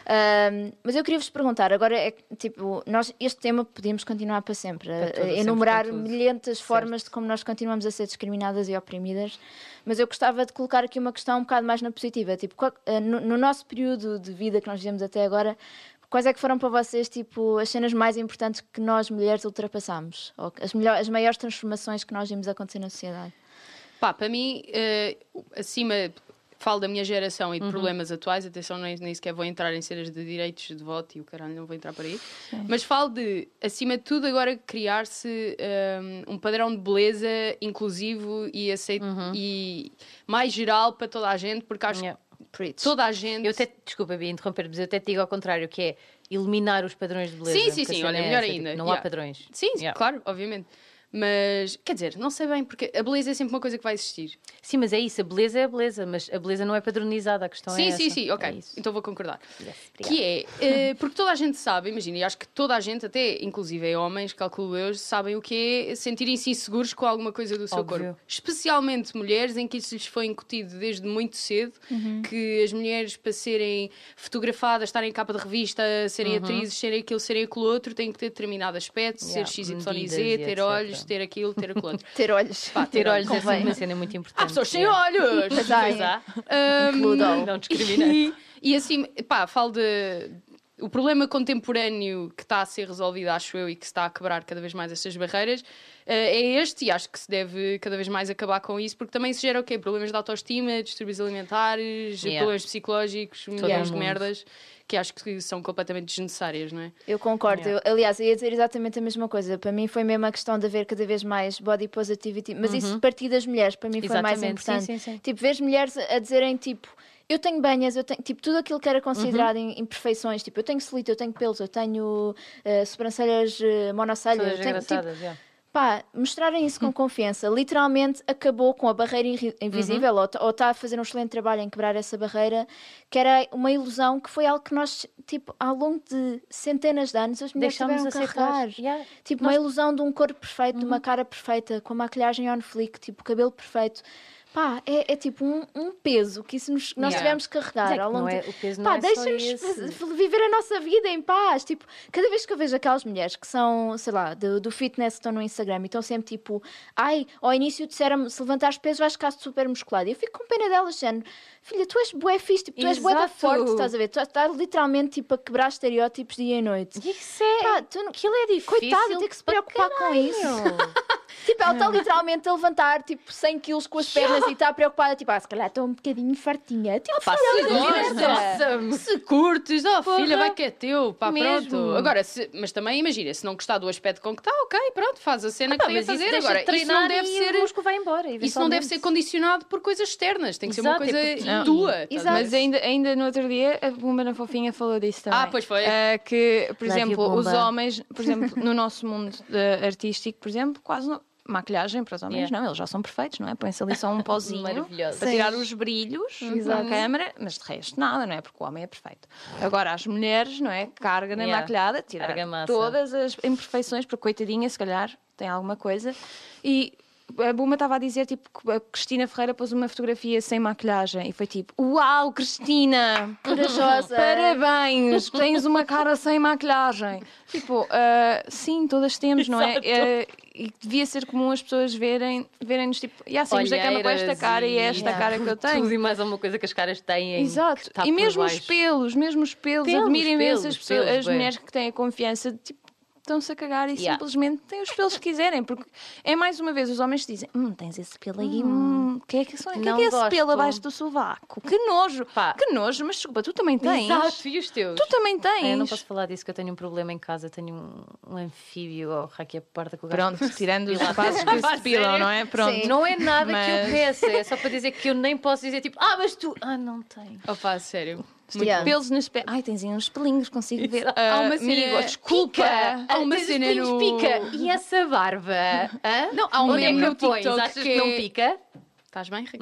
Ahm, mas eu queria vos perguntar, agora é que, tipo, nós este tema podíamos continuar para sempre,
Para tudo,
a
sempre
enumerar
para tudo.
milhentas formas de como nós continuamos a ser discriminadas e oprimidas, mas eu gostava de colocar aqui uma questão um bocado mais na positiva, tipo, qual- eh, no, no nosso período de vida que nós vivemos até agora, quais é que foram para vocês, tipo, as cenas mais importantes que nós mulheres ultrapassámos? Ou as, melhor, as maiores transformações que nós vimos acontecer na sociedade?
Pá, para mim, eh, acima, falo da minha geração
Uhum.
e de problemas atuais, atenção, nem, nem sequer vou entrar em cenas de direitos de voto e o caralho, não vou entrar por aí. Mas falo de, acima de tudo, agora criar-se eh, um padrão de beleza inclusivo e, aceito, e mais geral para toda a gente, porque acho
Uhum. Yeah.
que toda a gente.
Eu até, desculpa, Bia, interromper, mas eu até te digo ao contrário, que é eliminar os padrões de beleza.
Sim, sim,
porque a
sim,
cena
olha,
é
melhor
essa, tipo,
ainda.
Não há
Yeah.
padrões.
Sim,
Yeah.
claro, obviamente. Mas, quer dizer, não sei bem, porque a beleza é sempre uma coisa que vai existir.
Sim, mas é isso, a beleza é a beleza, mas a beleza não é padronizada, a questão é
sim,
essa.
sim, sim, ok.
É isso.
então vou concordar.
Yes,
Que é, eh, porque toda a gente sabe, imagina, e acho que toda a gente, até inclusive homens, calculo eu, sabem o que é sentirem-se inseguros com alguma coisa do seu
Óbvio.
corpo. Especialmente mulheres, em que isso lhes foi incutido desde muito cedo,
Uhum.
que as mulheres, para serem fotografadas, estarem em capa de revista, serem
Uhum.
atrizes, serem aquilo, serem aquilo outro, têm que ter determinado aspecto,
Yeah,
ser XYZ,
medidas e
ter
etc.
olhos, ter aquilo, ter aquilo outro.
Ter olhos.
Pá,
Ter olhos é
Convém.
sempre uma cena muito importante.
Há pessoas sem
é.
olhos!
Pois há,
Pois há.
Ahm,
Includam.
Não discrimina.
E assim, pá, falo de. O problema contemporâneo que está a ser resolvido, acho eu, e que se está a quebrar cada vez mais estas barreiras, eh, é este, e acho que se deve cada vez mais acabar com isso, porque também se gera o quê? Problemas de autoestima, distúrbios alimentares,
Yeah.
problemas psicológicos, milhões de
mundo.
merdas, que acho que são completamente desnecessárias, não é?
Eu concordo. Eu, aliás, eu ia dizer exatamente a mesma coisa. Para mim foi mesmo a questão de haver cada vez mais body positivity, mas isso partir das mulheres, para mim foi mais
Uhum. Exatamente, sim,
importante.
sim, sim.
Tipo, ver as mulheres a a dizerem tipo. Eu tenho banhas, eu tenho tipo tudo aquilo que era considerado
Uhum.
em imperfeições, tipo eu tenho celito, eu tenho pelos, eu tenho eh, sobrancelhas eh, monocelhas,
Todas
eu tenho, tipo,
engraçadas, é.
pá, mostrarem isso
Uhum.
com confiança. Literalmente acabou com a barreira inri- invisível,
Uhum.
ou t- ou está a fazer um excelente trabalho em quebrar essa barreira, que era uma ilusão que foi algo que nós, tipo, ao longo de centenas de anos, as mulheres
Deixámos
tiveram que carregar.
aceitar. é, Yeah.
Tipo, uma ilusão de um corpo perfeito, de
Uhum.
uma cara perfeita, com a maquilhagem on flick, tipo, cabelo perfeito. Pá, é, é tipo um, um peso que isso nos- nós
Yeah.
tivemos que
Mas
carregar
é que
ao longo
não é-
do-
o peso não
Pá,
é só
deixa-nos
esse.
faz- viver a nossa vida em paz. Tipo, cada vez que eu vejo aquelas mulheres que são, sei lá, do, do fitness que estão no Instagram e estão sempre tipo, ai, ao início disseram-me se levantares peso vais ficar super musculado. E eu fico com pena delas, género, filha, tu és bué fixe, tipo, tu és bué da
Exato.
forte, estás a ver? Tu estás literalmente tipo a quebrar estereótipos dia e noite.
E Isso é.
Pá, tu não...
Aquilo é difícil.
Coitado, tem que se
para
preocupar com isso.
caralho.
Tipo, ela está literalmente a levantar tipo 100 quilos com as pernas e está preocupada, tipo, ah, se calhar estou um bocadinho fartinha. Tipo,
Pá, se gostas, se curtes, oh filha, vai que é teu, pá,
Mesmo.
pronto. Agora, se- mas também imagina, se não gostar do aspecto com que está, ok, pronto, faz a cena
Ah, Pá,
que tem a
mas isso
fazer.
deixa
Agora,
de
isso não
treinar
deve
e
ser.
O músculo vai embora.
Isso
é
não deve
eventualmente.
ser condicionado por coisas externas, tem que
Exato,
ser uma
é porque-
coisa
Não.
tua. estás a
Exato.
ver? é
Mas ainda, ainda no outro dia, a Bomba na Fofinha falou disso também.
Ah, pois foi.
Eh, que, por
Love you,
exemplo, os
Bomba.
homens, por exemplo, no nosso mundo eh, artístico, por exemplo, quase não. Maquilhagem para os homens,
Yeah.
não, eles já são perfeitos, não é? Põe-se ali só um pozinho
Maravilhoso.
para tirar os brilhos da câmara, mas de resto nada, não é? Porque o homem é perfeito. Agora, as mulheres, não é? Carga na
Yeah.
maquilhada, tirar
Argamassa.
todas as imperfeições, porque coitadinha, se calhar, tem alguma coisa. E a Buma estava a dizer, tipo, que a Cristina Ferreira pôs uma fotografia sem maquilhagem e foi tipo: Uau, Cristina!
é."
Corajosa.
Parabéns, tens uma cara sem maquilhagem. Tipo, ah, sim, todas temos, não é?
Exato.
Eh, e devia ser comum as pessoas verem, verem-nos tipo, já saímos da cama com esta
Olheiras
cara e, é esta
yeah.
cara que eu
Tudo
tenho.
e mais alguma coisa que as caras têm. que
Exato.
está
E
por
mesmo os
baixo.
pelos, mesmo os pelos,
Pelos,
admiro imenso as,
pelos,
pessoas-
pelos,
as
bué.
mulheres que têm a confiança de tipo. Estão-se a cagar e
Yeah.
simplesmente têm os pelos que quiserem, porque é mais uma vez os homens que dizem: Hum, tens esse pelo aí, hum, que é que, são, que é, que
Não
é esse
gosto."
pelo abaixo do sovaco? Que nojo,
Pá.
que nojo, mas desculpa, tu também tens.
Exato, e os teus?
Tu também tens.
Ah, eu não posso falar disso, que eu tenho um problema em casa. Tenho um, um anfíbio ou raquia parda com o gajo
Pronto, tirando os
Pilar.
rapazes que se depilam, não é? Pronto.
Sim.
Não é nada que eu
Mas-
peça, é só para dizer que eu nem posso dizer tipo, ah, mas tu. Ah, não tenho.
Opa, sério.
Tipo,
Yeah.
Pelos nos pés. Ai, tens aí uns pelinhos, consigo ver.
Exato.
Há uma
Ah,
cena-
amigo, desculpa.
Pica!
Há uma
Ah, Tens os
cena
pelinhos,
no-
pica! E essa barba? Hã?
Não, há um
Onde é
meme
que
no
eu pões?
TikTok
Achas que...
que
não
é-
pica?
Estás bem, Raquel?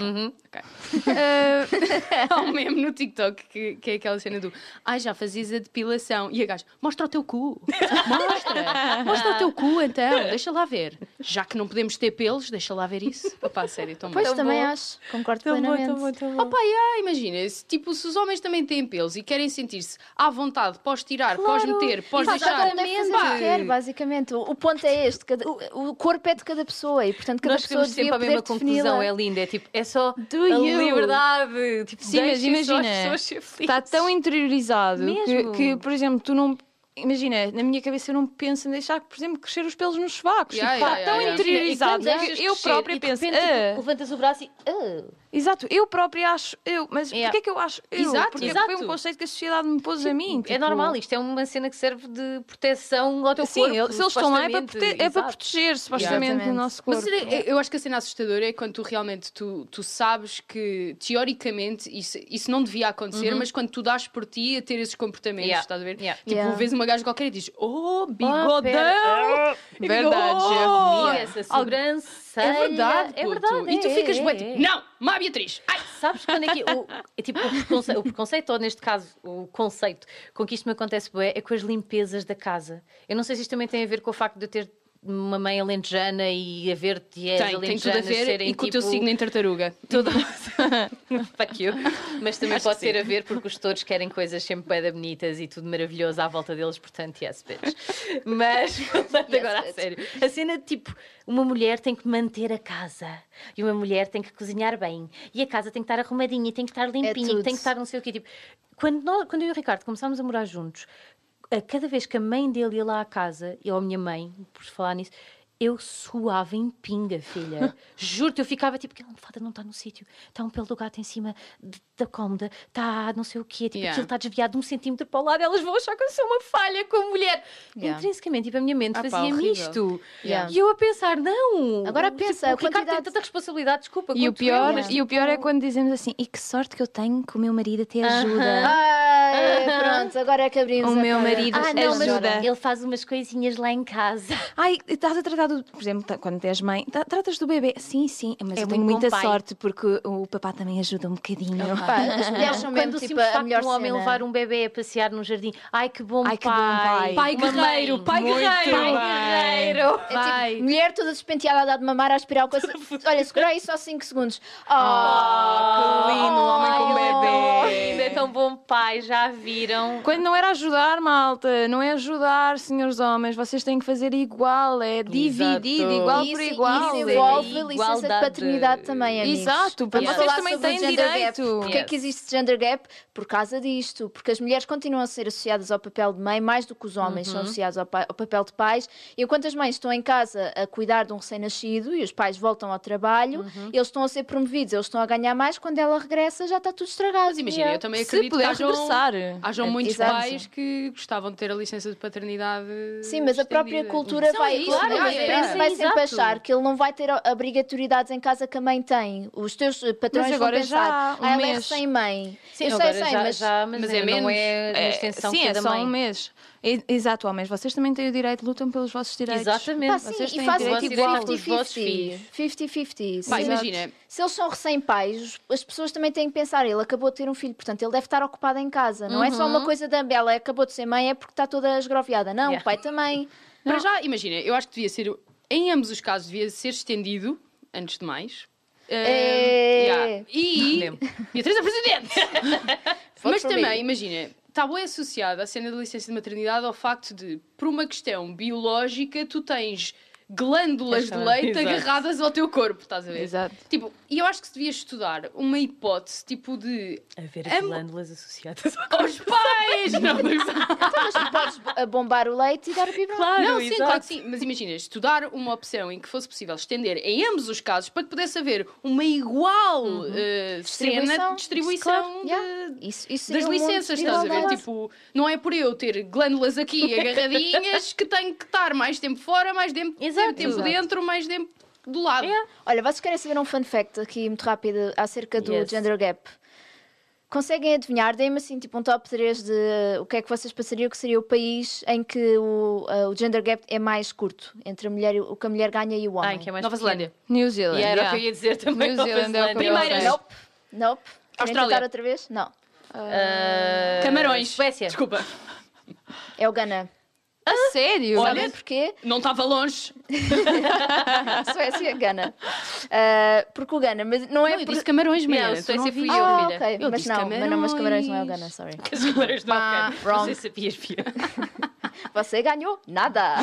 Ok. Ah, há um meme no TikTok que, que é aquela cena do Ai, já fazias a depilação. E a gajo, mostra o teu cu. Mostra. Mostra o teu cu, então. Deixa lá ver. Já que não podemos ter pelos, deixa lá ver isso. Opa, sério, tão
Pois
bem.
também acho, concordo plenamente.
Opa,
é
yeah, imagina, se, tipo, se os homens também têm pelos e querem sentir-se à vontade, pós tirar, pós meter, pós
Pá,
deixar.
cada um deve fazer o que quer, basicamente. O, o ponto é este: cada- o, o corpo é de cada pessoa e, portanto, cada
Nós
pessoa
chegamos
devia
sempre à
poder
mesma conclusão,
defini-la.
é linda. É tipo, é só
Do
a
you.
liberdade. Tipo, Tá
Sim, mas
deixem só as
imagina,
pessoas serem felizes.
Está tão interiorizado que,
Mesmo.
que, por exemplo, tu não. Imagina, na minha cabeça eu não penso em deixar, por exemplo, crescer os pelos nos sovacos.
Yeah,
Tipo,
yeah,
Está tão
yeah, yeah.
interiorizado
E quando
que
deixas
eu
crescer
própria
e de
penso.
repente, tipo,
"Ah,
levantas o braço e. ah,
Exato, eu própria acho eu, mas
Yeah.
porquê é que eu acho eu?
Exato,
Porque
exato.
foi um conceito que a sociedade me pôs a mim.
É
tipo,
normal, isto é uma cena que serve de proteção ao teu
Sim,
corpo.
ele- se eles estão lá é para, prote-
supostamente,
é para
exato.
proteger, supostamente, o
Exatamente.
nosso corpo.
Mas eu-
é?
eu acho que a cena assustadora é quando tu realmente tu, tu sabes que teoricamente isso, isso não devia acontecer, mas quando tu dás por ti a ter esses comportamentos,
Uhum. Yeah.
estás a ver?
Yeah.
Tipo,
Yeah.
vês uma gaja qualquer e diz Oh,
Oh,
bigodão! E fica,
Verdade,
"Oh!"
Amiga, essa sobrancelha.
É verdade,
é
puto.
verdade.
E tu
é,
ficas
é,
bué
é.
tipo, não, má Beatriz! Ai,
Sabes quando é que o, é tipo, o, preconce- o preconceito, ou neste caso, o conceito com que isto me acontece bué, é com as limpezas da casa. Eu não sei se isto também tem a ver com o facto de eu ter uma mãe alentejana e haver
tem,
tias
tem tudo a
alentejanas
ver
É, serem
e com o teu
tipo,
signo em tartaruga.
Tudo... Fuck you. Mas também
Acho
pode
que sim.
ter a ver porque os touros querem coisas sempre bem bonitas e tudo maravilhoso à volta deles, portanto, yes, bitch. Mas, voltando
Yes,
agora a
bitch.
sério, a cena de tipo, uma mulher tem que manter a casa e uma mulher tem que cozinhar bem e a casa tem que estar arrumadinha e tem que estar limpinha e
tudo.
tem que estar não sei o quê. Tipo, quando, nós, quando eu e o Ricardo começámos a morar juntos, a cada vez que a mãe dele ia lá à casa, eu ou a minha mãe, por falar nisso, eu suava em pinga, filha. Juro-te, eu ficava tipo, aquela almofada não está no sítio, está um pelo do gato em cima de- da cômoda, está não sei o quê, tipo,
Yeah.
aquilo está desviado de um centímetro para o lado, elas vão achar que eu sou uma falha como mulher.
Yeah.
Intrinsecamente, tipo, a minha mente
Ah, pá,
fazia-me
horrível.
isto.
Yeah.
E eu a pensar, não! Tipo,
Agora pensa, a
o Ricardo tem
quantidade-
tanta responsabilidade, desculpa.
E o,
quanto eu,
pior,
mas,
e o pior é quando dizemos assim, e que sorte que eu tenho que o meu marido até ajuda.
Ah, é, pronto, agora é que abrimos
O
a
meu
cara.
marido
Ah, não, mas
ajuda.
ele faz umas coisinhas lá em casa.
Ai, estás a tratar do. Por exemplo, tá- quando tens mãe, tá- tratas do bebê. Sim, sim, mas
É
eu tenho
muito bom
muita
pai. É
sorte porque o papá também ajuda um bocadinho.
Pá, as mulheres são
Quando
mesmo
o
tipo
simples
a
facto de
melhor
um homem
cena.
levar um bebê a passear num jardim. Ai, que bom
Ai, que bom
Um pai.
pai.
Pai
Uma mãe.
guerreiro, pai
Muito
guerreiro.
Pai guerreiro.
É tipo, mulher toda despenteada a dar de mamar, a aspirar o coisa. Olha, segura aí só 5 segundos. Oh,
lindo, um homem com um
Oh,
bebê.
Ainda é tão bom pai, já viram?
Quando não era ajudar, malta, não é ajudar, senhores homens, vocês têm que fazer igual, é dividido, igual
isso,
por igual.
isso
É
envolve licença de
igualdade.
paternidade também, amigos.
Exato, porque
Vamos
vocês
falar
também
sobre o
têm
gender
direito.
Gap. Porquê é que
Yes.
existe gender gap? Por causa disto. Porque as mulheres continuam a ser associadas ao papel de mãe mais do que os homens
Uhum.
são associados ao, pa- ao papel de pais. E enquanto as mães estão em casa a cuidar de um recém-nascido e os pais voltam ao trabalho,
Uhum.
eles estão a ser promovidos, eles estão a ganhar mais. Quando ela regressa, já está tudo estragado.
Mas imagina, eu também
Se
acredito que
puder
um-
hajam,
regressar.
hajam
É,
muitos
exato.
pais que gostavam de ter a licença de paternidade.
Sim, mas a própria
estendida.
cultura
Sim,
vai,
é isso,
claro,
não é?
mas a
É.
criança vai
Sim,
sempre
exato.
achar que ele não vai ter obrigatoriedades em casa que a mãe tem. Os teus eh, patrões
Mas
vão
agora
pensar,
já há um
ah, ela é
mês."
sem mãe.
Sim,
eu sei,
agora
sei,
já,
mas
já, mas,
mas é
é, não
menos.
é uma
É,
extensão
sim,
que
é
da
só
mãe.
um mês. E- Exato, homens, vocês também têm o direito, lutam pelos vossos direitos.
Exatamente.
Pá,
vocês
sim, e
têm
fazem
direito
tipo
igual com os vossos
50-50.
filhos.
50-50.
Pá,
sim.
imagina,
Se eles são recém-pais, os- as pessoas também têm que pensar, ele acabou de ter um filho, portanto ele deve estar ocupado em casa. Não é só uma coisa da Bela, acabou de ser mãe, é porque está toda esgroviada. Não,
Yeah.
o pai também.
Para já, imagina, eu acho que devia ser, em ambos os casos, devia ser estendido, antes de mais.
É.
yeah. E.
Mesmo.
Beatriz é presidente! Mas
por mim.
também, imagina, está bem associada a cena da licença de maternidade ao facto de, por uma questão biológica, tu tens glândulas de
Exato.
leite
Exato.
agarradas ao teu corpo, estás a ver?
Exato.
Tipo, e eu acho que se devia estudar uma hipótese, tipo, de.
Haver
Am-
glândulas associadas ao
aos pais! Não, mas.
Então, mas tu podes eh, bombar o leite e dar o biberon.
Não, sim, claro que sim. Mas imagina, estudar uma opção em que fosse possível estender em ambos os casos para que pudesse haver uma igual eh, cena
Uhum. Distribuição,
de distribuição
claro,
de-
yeah. Isso, isso
das
seria um mundo
licenças, estás a ver?
igualdade.
Tipo, não é por eu ter glândulas aqui agarradinhas que tenho que estar mais tempo fora, mais tempo,
Exato.
tempo
Exato.
dentro, mais tempo do lado.
Yeah.
Olha, vocês querem saber um fun fact aqui muito rápido acerca do
Yes.
gender gap? Conseguem adivinhar? Deem-me assim tipo um top 3 de uh, o que é que vocês pensariam que seria o país em que o, uh, o gender gap é mais curto entre a mulher, e o o que a mulher ganha e o homem.
Ai, que é mais
Nova Zelândia.
New Zealand.
E era o
yeah.
que eu ia dizer também.
New
Nova
Zelândia é o que eu
Zelândia.
ia dizer.
Nope. Nope. Querem
Austrália.
tentar outra vez? Não. eh,
Ah,
Camarões.
Suécia.
Desculpa,
É o Ghana.
A sério?
Olha-
Sabem porquê?
não estava longe.
Suécia, Ghana. Uh, porque o Ghana, mas não é
eu
por...
disse camarões,
Não,
mas
Suécia fui eu.
ah,
filha.
ok.
Eu
mas
disse
não, mas não, mas
Camarões.
Camarões não é o Ghana, sorry.
Camarões do
Pá,
Afeganistão. Não sei
wrong.
se sabias, Pia.
Você ganhou nada.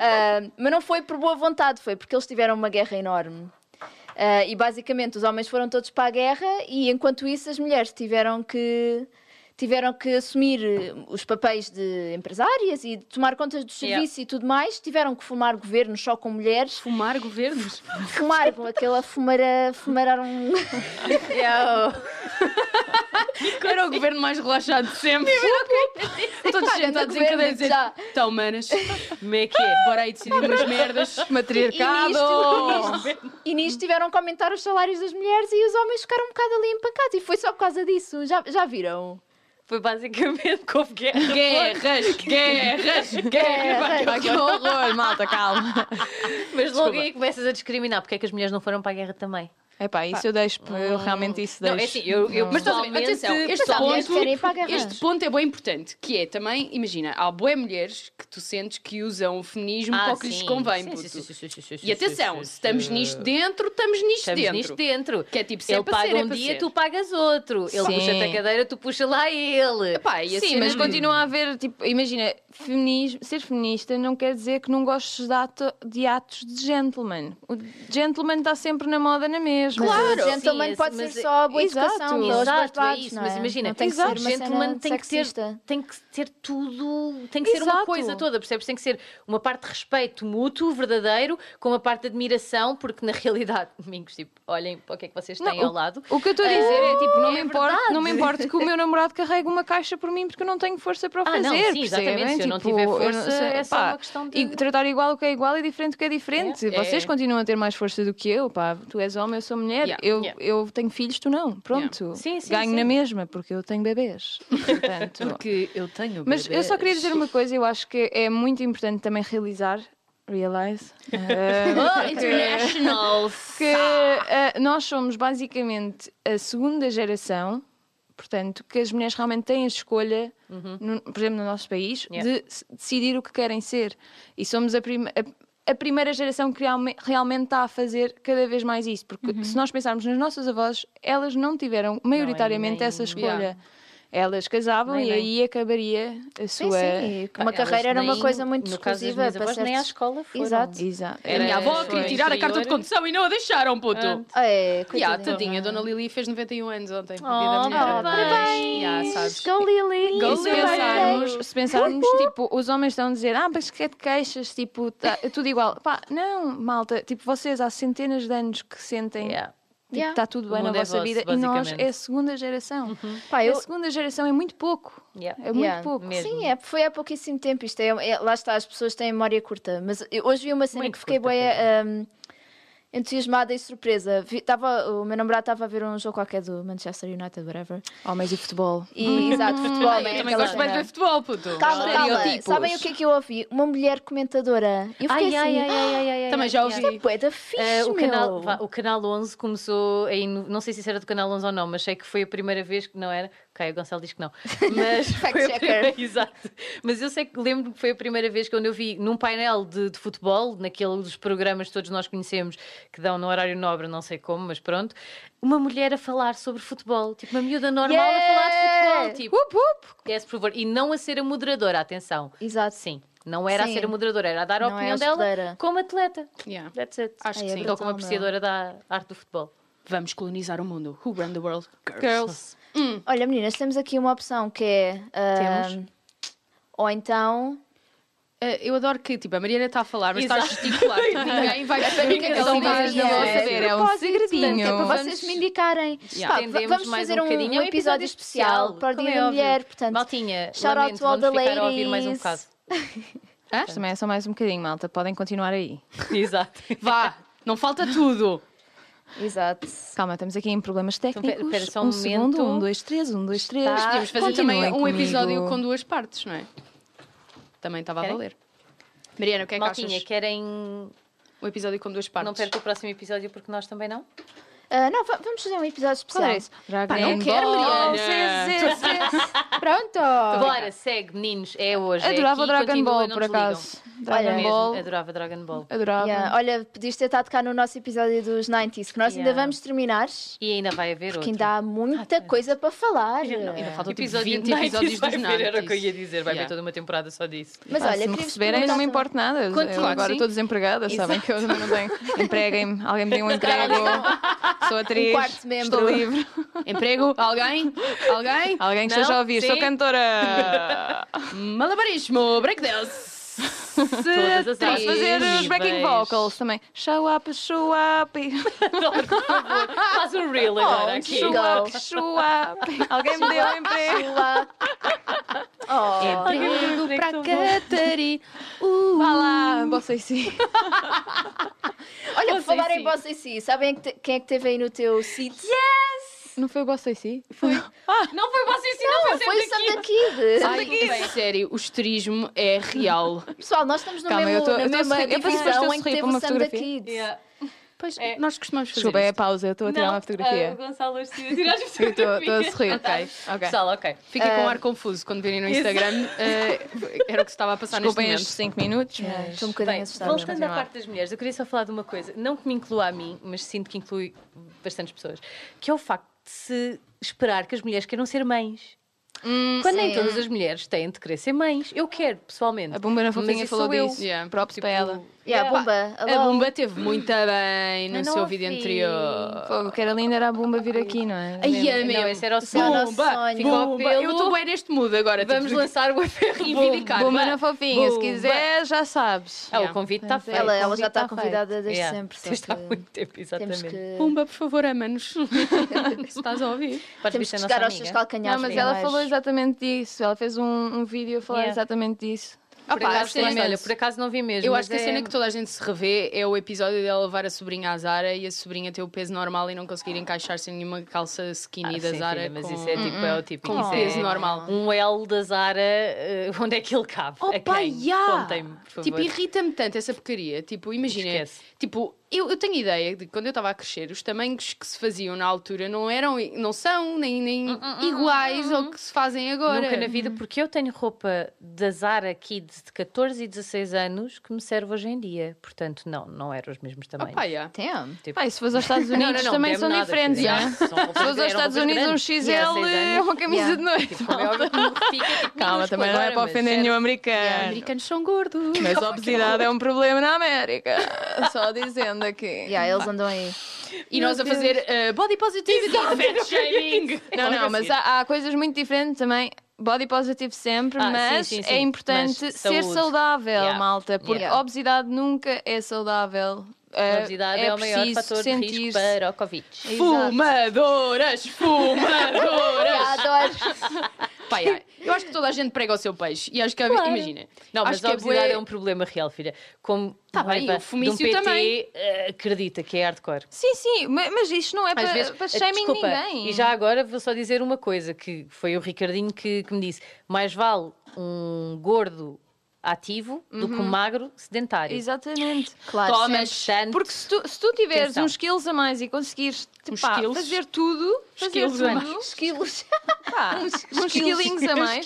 Ah, mas não foi por boa vontade, foi porque eles tiveram uma guerra enorme. Ah, e basicamente os homens foram todos para a guerra e enquanto isso as mulheres tiveram que tiveram que assumir eh, os papéis de empresárias e de tomar contas do
Yeah.
serviço e tudo mais, tiveram que formar governos só com mulheres,
Fumar governos?
fumaram aquela fumara, um fumaram
Era o governo mais relaxado de sempre. Todos
Olha,
sentados em
governo,
cadeiras dizer,
já.
tão manas,
Como é que é?
bora aí decidir umas merdas.
E
Matriarcado!
nisto, e nisto tiveram que aumentar os salários das mulheres e os homens ficaram um bocado ali empancados. E foi só por causa disso. Já, já viram?
Foi basicamente com guerra.
Guerras, guerras, guerras.
Ai, que horror, malta, calma.
Mas logo aí começas a discriminar. Porque é que as mulheres não foram para a guerra também?
Epá, isso eu deixo, eu realmente isso
Não,
deixo.
é assim, eu, eu
Mas estás a ver,
pessoalmente, é
atenção,
eu-
este
Mas há mulheres que
ponto-
querem ir para a guerra.
Este ponto é bem importante, que é também, imagina, há boé mulheres que tu sentes que usam o feminismo
Ah,
para o que Um lhes
sim.
convém.
Sim,
puto.
sim, sim, sim, sim, sim, sim,
E atenção,
sim,
se
sim.
estamos nisto dentro, estamos nisto
Estamos
dentro.
nisto dentro.
Que é tipo, se
Ele
é para
paga
ser, é
um
para
dia,
ser.
tu pagas outro. Ele
Sim.
puxa-te a cadeira, tu puxa lá ele.
Epá, e a
Sim,
cena
mas
de-
continua é a haver, tipo, imagina, feminismo, ser feminista não quer dizer que não gostes de, ato- de atos de gentleman. O gentleman está sempre na moda na mesma.
Mas o
Sim,
gentleman
esse-
pode
mas-
ser só a boa
exato,
educação, dá os bons
Exato, é
lados,
isso,
não
mas imagina,
não tem que
exato,
ser uma
gentleman
cena
tem que, ter,
sexista.
tem que ter tudo, tem que ser uma
Exato.
coisa toda, percebes? Tem que ser uma parte de respeito mútuo, verdadeiro, com uma parte de admiração, porque na realidade, domingos, tipo, olhem para o que é que vocês têm
Não,
ao lado.
O que eu estou a dizer é tipo, não, me importa,
verdade.
não me importa que o meu namorado carregue uma caixa por mim porque eu não tenho força para o
Ah,
fazer.
não, sim, exatamente,
percebem?
se eu não
Tipo,
tiver
eu não
força,
sei,
é só
pá,
uma questão de-
E tratar igual o que é igual e diferente o que é diferente.
É,
Vocês
é.
continuam a ter mais força do que eu, pá. Tu és homem, eu sou mulher.
Yeah,
eu,
yeah.
eu tenho filhos, tu não. Pronto.
Yeah.
Sim, sim,
Ganho
sim.
na mesma porque eu tenho bebês. Portanto,
Porque eu tenho.
Mas eu só queria
bebés.
dizer uma coisa, eu acho que é muito importante também realizar, realize, eh,
Oh, international!
que eh, nós somos basicamente a segunda geração, portanto, que as mulheres realmente têm a escolha, no- por exemplo, no nosso país,
Yeah.
de s- decidir o que querem ser. E somos a, prim- a- a primeira geração que realme- realmente está a fazer cada vez mais isso, porque se nós pensarmos nas nossas avós, elas não tiveram maioritariamente
nem-
essa escolha.
yeah.
Elas casavam
Nem-
e
nem.
aí acabaria a
Sim,
sua.
sim. e Uma
é Elas
carreira era uma
nem-
coisa muito
no caso das
exclusiva
minhas
para
avós, nem
certos-
à escola foram.
Exato.
Exato.
A minha avó
É,
queria
foi
tirar a carta de
interior.
condução e não a deixaram, puto.
É,
Ya,
coitadinha.
Ah, tadinha, a dona Lili fez 91 anos ontem. Oh,
Oh, parabéns.
Ya, Ah, sabes.
Go Lily!
Go,
Então
E se
Lily.
pensarmos, se pensarmos tipo, os homens estão a dizer, ah, mas que é de queixas, tipo, tá- é tudo igual. Pá, não, malta, tipo, vocês há centenas de anos que sentem,
Yeah.
tipo, está tudo
O
bem na
mundo é
vossa
vosso,
vida e nós
basicamente.
é a segunda geração.
Pá,
A
eu-
segunda geração é muito pouco.
Yeah.
É muito
Yeah.
pouco.
Mesmo.
Sim, é, foi há pouquíssimo tempo. Isto é, é- lá está, as pessoas têm memória curta. Mas eu- hoje vi uma cena
Muito
que fiquei
curta,
bem entusiasmada e surpresa. Vi- tava, o meu namorado estava a ver um jogo qualquer do Manchester United, whatever.
Homens e futebol.
E, exato, futebol.
Ah,
né,
eu também
aquela
gosto bem de
cena.
ver futebol, puto.
Calma, calma.
Estereotipos.
Sabem o que é que eu ouvi? Uma mulher comentadora. Eu
Ai,
fiquei assim, é
ai, ai, ai, ai, ai, ai,
Também já ouvi.
yeah.
bué da fixe,
Eh, o,
meu.
canal, vá, o canal 11 começou em. no- Não sei se isso era do canal 11 ou não, mas sei que foi a primeira vez que não era. Caio Gonçalo diz que não. Mas
Fact
foi a
checker.
primeira, exato. Mas eu sei que lembro que foi a primeira vez que quando eu vi num painel de, de futebol, naquele dos programas que todos nós conhecemos, que dão no horário nobre, não sei como, mas pronto, uma mulher a falar sobre futebol. Tipo, uma miúda normal a falar de
Yeah!
futebol. Tipo,
Up, up.
yes, por favor. E não a ser a moderadora, atenção.
Exato.
Sim. Não era
Sim.
a ser a moderadora, era a dar a
Não é
opinião
a
dela
hospedeira.
como atleta.
Ya.
That's it.
Acho que
Ai, é
sim.
Ficou como
Brutal,
apreciadora da arte do futebol.
Vamos colonizar o mundo. Who run the world? Girls.
Girls.
Olha, meninas, temos aqui uma opção que é... ah, Ou então...
Ah, Um, eu adoro que tipo, a Mariana está a falar, mas está a gesticular. tipo, ninguém vai saber o que é que ela
Sim,
diz.
mas não vão
é,
saber, é um
propósito,
segredinho.
portanto, É para
Vamos-
vocês me indicarem. Pá, va-
Estendemos
vamos
mais
fazer
um
um,
bocadinho. É um episódio
episódio especial para o
como
Dia
é
da
óbvio.
Mulher. Portanto,
Maltinha,
shout out
lamento,
to all
vamos
the
ficar a ouvir mais um
ladies.
bocado.
Mas também é só mais um bocadinho, malta. Podem continuar aí.
Exato.
Vá,
é
não falta tudo.
Exato.
Calma, estamos aqui em problemas técnicos.
pera- pera só um
um segundo.
momento.
Um, dois, três. Um, dois, três.
Está-
Podíamos fazer
Continuem
também um
comigo.
episódio com duas partes, não é? Também estava a
Querem?
valer. Mariana, o que é que
Maltinha,
achas?
querem.
Um episódio com duas partes.
Não perca o próximo episódio porque nós também não?
Ah, não, va- vamos fazer um episódio especial.
é?
Já
Pá,
ganhei
não
um
quero,
gol.
Mariana.
Sim, sim, sim.
Pronto!
Bora, segue, meninos, é hoje. é
Adorava o
aqui,
Dragon
continua,
Ball,
não
por
desligam. É
acaso.
Olha,
Dragon
Mesmo,
Ball,
Adorava Dragon Ball.
adorava.
Yeah, Olha, podias ter estado cá no nosso episódio dos 90s, que nós ainda
Yeah.
vamos terminar,
E ainda vai haver
porque
outro. É.
ainda há muita coisa para falar.
Ainda faltam tipo
Episódio
20
de 90s
episódios
vai
dos
haver,
Nantes.
Era o que eu ia dizer, vai
Yeah.
haver toda uma temporada só disso.
Mas
Pá,
olha,
se me
queria-vos
receberem, não me
perguntar-
importa nada. Eu
Claro que
agora
sim.
estou desempregada, sabem que eu também não tenho. Empreguem-me, alguém me dê um emprego. sou atriz,
quarto membro.
estou livre.
Emprego? Alguém? Alguém?
Alguém que
Não?
esteja a ouvir, sou
Sim?
cantora.
Malabarismo, breakdance.
Todas as
Posso
artes
fazer os
níveis.
backing vocals também. Show up, show up,
Ah!
Faz um reel
Oh,
agora aqui.
show up, show up. Alguém me deu um emprego.
É
Oh,
Emprego para Catarina.
Vá lá, vocês sim.
Olha, por
Vocês
falar
sim.
em vocês sim, sabem que te- quem é que teve aí no teu sítio?
Não foi vocês sim?
Não foi você assim, não,
Foi o Santa Kid.
Ai, bem, sério, o esterismo é real.
Pessoal, nós estamos no
Calma,
mesmo,
eu tô-
na
eu tô a
mesma
sorrir- eu pensei que foste
divisão
a
em
sorrir
que teve
para
o
uma
Santa
fotografia.
Kids.
Pois nós costumamos fazer.
Desculpa, é a
isto.
pausa, eu estou a tirar uma
O
fotografia.
Gonçalo Arceu a tirar as
Eu estou estou a
fotografias.
sorrir.
Ok.
Ok.
Pessoal, ah, ok.
Fiquei com um ar confuso quando virem no Instagram. eh, era o que se estava a passar
Desculpem os
neste
5 minutos, mas.
Estou um bocadinho
Bem,
assustada.
voltando à parte das mulheres, eu queria só falar de uma coisa, não que me inclua a mim, mas sinto que inclui bastantes pessoas, que é o facto de se esperar que as mulheres queiram ser mães. Quando nem
sim.
todas as mulheres têm de querer ser mães. Eu quero, pessoalmente.
A Bomba na
Mas
Fofinha
isso
falou
sou eu.
disso.
Yeah.
Props para ela.
Yeah,
Pá,
Bumba,
momento. A
hello.
Bumba teve muito bem no
Mas não
seu
a
vídeo
fiz.
anterior.
Fogo, o que era lindo era a Bomba vir aqui, não é?
Ai,
Lembra?
é mesmo.
Não, esse era o sonho.
Bumba,
sonho.
ficou
Bumba.
pelo... Eu estou bem neste mood agora.
Vamos
tipo,
lançar o FR
Bom,
Bomba
Bomba.
na Fofinha, se
Bomba.
quiser, já sabes.
Ah,
Yeah.
o convite está feito.
é, Ela, ela já
Convite
está
tá
convidada desde
Yeah.
sempre. só
Desde há
que
muito tempo,
Temos
exatamente.
que,
Bumba, por favor, ama-nos. Se estás a ouvir.
Podes vir
temos
ser
que
nossa
chegar
amiga.
aos seus calcanhares.
Não, mas
bem
ela
baixo.
falou exatamente disso. Ela fez um, um vídeo a falar
Yeah.
exatamente disso.
Por
Ah,
Opa,
acaso,
gostei
sim, olha,
imenso.
por acaso não vi é mesmo.
Eu
mas
acho que a
é-
cena que toda a gente se revê é o episódio dela levar a sobrinha à Zara e a sobrinha ter o peso normal e não conseguir encaixar-se em nenhuma calça
Ah,
skinny da
sim,
Zara
filha, mas
com... Hum,
isso é tipo, é o típico.
com
isso
peso
é-
normal.
Um L da Zara, eh, onde é que ele cabe?
Oh,
a
pá,
quem?
yeah.
Contem-me, por favor.
Tipo, irrita-me tanto essa porcaria. Tipo, imagina.
Esquece.
Tipo, eu, eu tenho ideia de que quando eu estava a crescer, os tamanhos que se faziam na altura não eram, i- não são nem, nem
Hum,
iguais ao que se fazem agora.
Nunca na vida, porque eu tenho roupa da Zara Kids de 14 e 16 anos que me serve hoje em dia. Portanto, não, não eram os mesmos tamanhos.
Opa, yeah.
Damn.
Pá, e se fores aos Estados Unidos também são diferentes, não
já.
é? Se fores aos Estados Unidos, um XL é uma camisa
Yeah.
de noite.
Como é óbvio que me fica, tipo,
Calma,
minúsculo
também não é
agora,
para
mas
ofender
serve.
nenhum americano.
Americanos são gordos.
Mas a obesidade é um problema na América. Só dizendo aqui.
Yeah, eles andam aí.
E nós a fazer eh, body positivity, fat shaming.
é
Não, não, mas há, há coisas muito diferentes também. Body positive sempre,
Ah, sim,
mas
sim, sim.
é importante
Mas
ser
saúde.
saudável,
Yeah.
malta, porque
Yeah.
obesidade nunca é saudável.
A
É,
obesidade é, o maior
preciso
fator de risco
sentir-se-
para o Covid.
Fumadoras, fumadoras.
Yeah, adoro.
Pá, yeah. Eu acho que toda a gente prega o seu peixe. E acho que, imagina.
Não, mas
acho
a
que bué-
obesidade é um problema real, filha. Como
Tá
vai
bem,
para-
o fumício
de um PT,
também.
eh, acredita que é hardcore.
Sim, sim, ma- mas isto não é
Às
para,
vezes,
para
eh,
shaming
desculpa,
ninguém.
E já agora vou só dizer uma coisa que foi o Ricardinho que, que me disse: mais vale um gordo ativo do que
Uhum.
um magro sedentário.
Exatamente.
Claro.
Toma.
Sempre
mas
tanto-
Porque se tu, se tu tiveres
Atenção.
uns quilos a mais e conseguires tipo,
Uns
pá,
quilos?
fazer tudo, fazer
quilos a
tudo,
Os quilos.
pá, uns quilinhos a mais,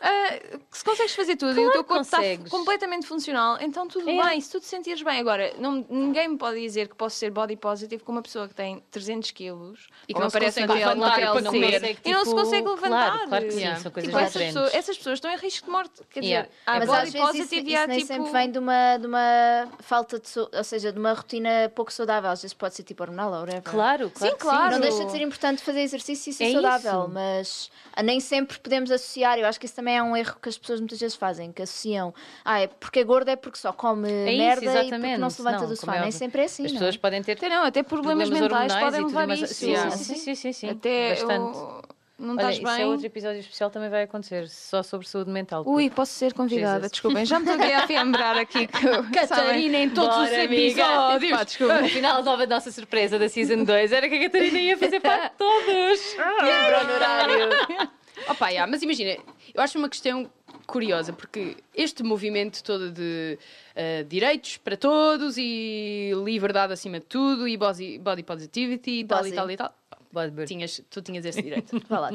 ah, se consegues fazer tudo e o teu
que
corpo está
consegues.
completamente funcional, então tudo
É.
bem, se tu te sentires bem. Agora, não- ninguém me pode dizer que posso ser body positive com uma pessoa que tem 300 quilos
E que
ou
não se
aparece
consegue
naquele-
levantar
naquele
para
filme,
comer.
e não se
tipo,
consegue levantar.
Claro, claro que sim,
Yeah.
são coisas
Tipo, essas,
diferentes.
pessoas, essas pessoas estão em risco de morte. Quer
Yeah.
dizer, há
Mas às
body
vezes isso,
positive e
isso
há
nem
tipo.
sempre vem de uma, de uma falta de... so- Ou seja, de uma rotina pouco saudável. Às vezes pode ser tipo hormonal ou whatever.
Claro, claro.
Sim,
que
claro.
Não deixa de ser importante fazer exercício e ser
É
saudável,
isso.
mas ah, nem sempre podemos associar. Eu acho que isso também é um erro que as pessoas muitas vezes fazem, que associam. Ah, é porque é gordo é porque só come
isso,
merda e porque
exatamente.
não se levanta
Não,
do
como
sofá.
é
Nem
óbvio.
sempre é assim.
As
não é?
pessoas podem ter
Até não, até problemas, mentais
hormonais
podem
e tudo
levar a
mais.
isso.
Sim,
Yeah.
sim, sim, sim, sim, sim.
Até
Bastante.
eu- não
Olha,
estás
isso
bem.
é outro episódio especial também vai acontecer, só sobre saúde mental.
Ui, posso ser convidada,
Jesus.
desculpem. Já me estou aqui a afiambrar aqui que sabem.
Catarina em todos os
Bora, amiga.
episódios.
Pá, desculpa.
No final, a nova nossa surpresa da Season 2 era que a Catarina ia fazer parte de todos.
Lembra o horário.
Opa, yeah, mas imagina, eu acho uma questão curiosa, porque este movimento todo de eh, direitos para todos e liberdade acima de tudo e bosi- body positivity e tal e
Bosi.
tal e tal.
Body bird.
Tinhas, tu tinhas esse direito.
Vá lá.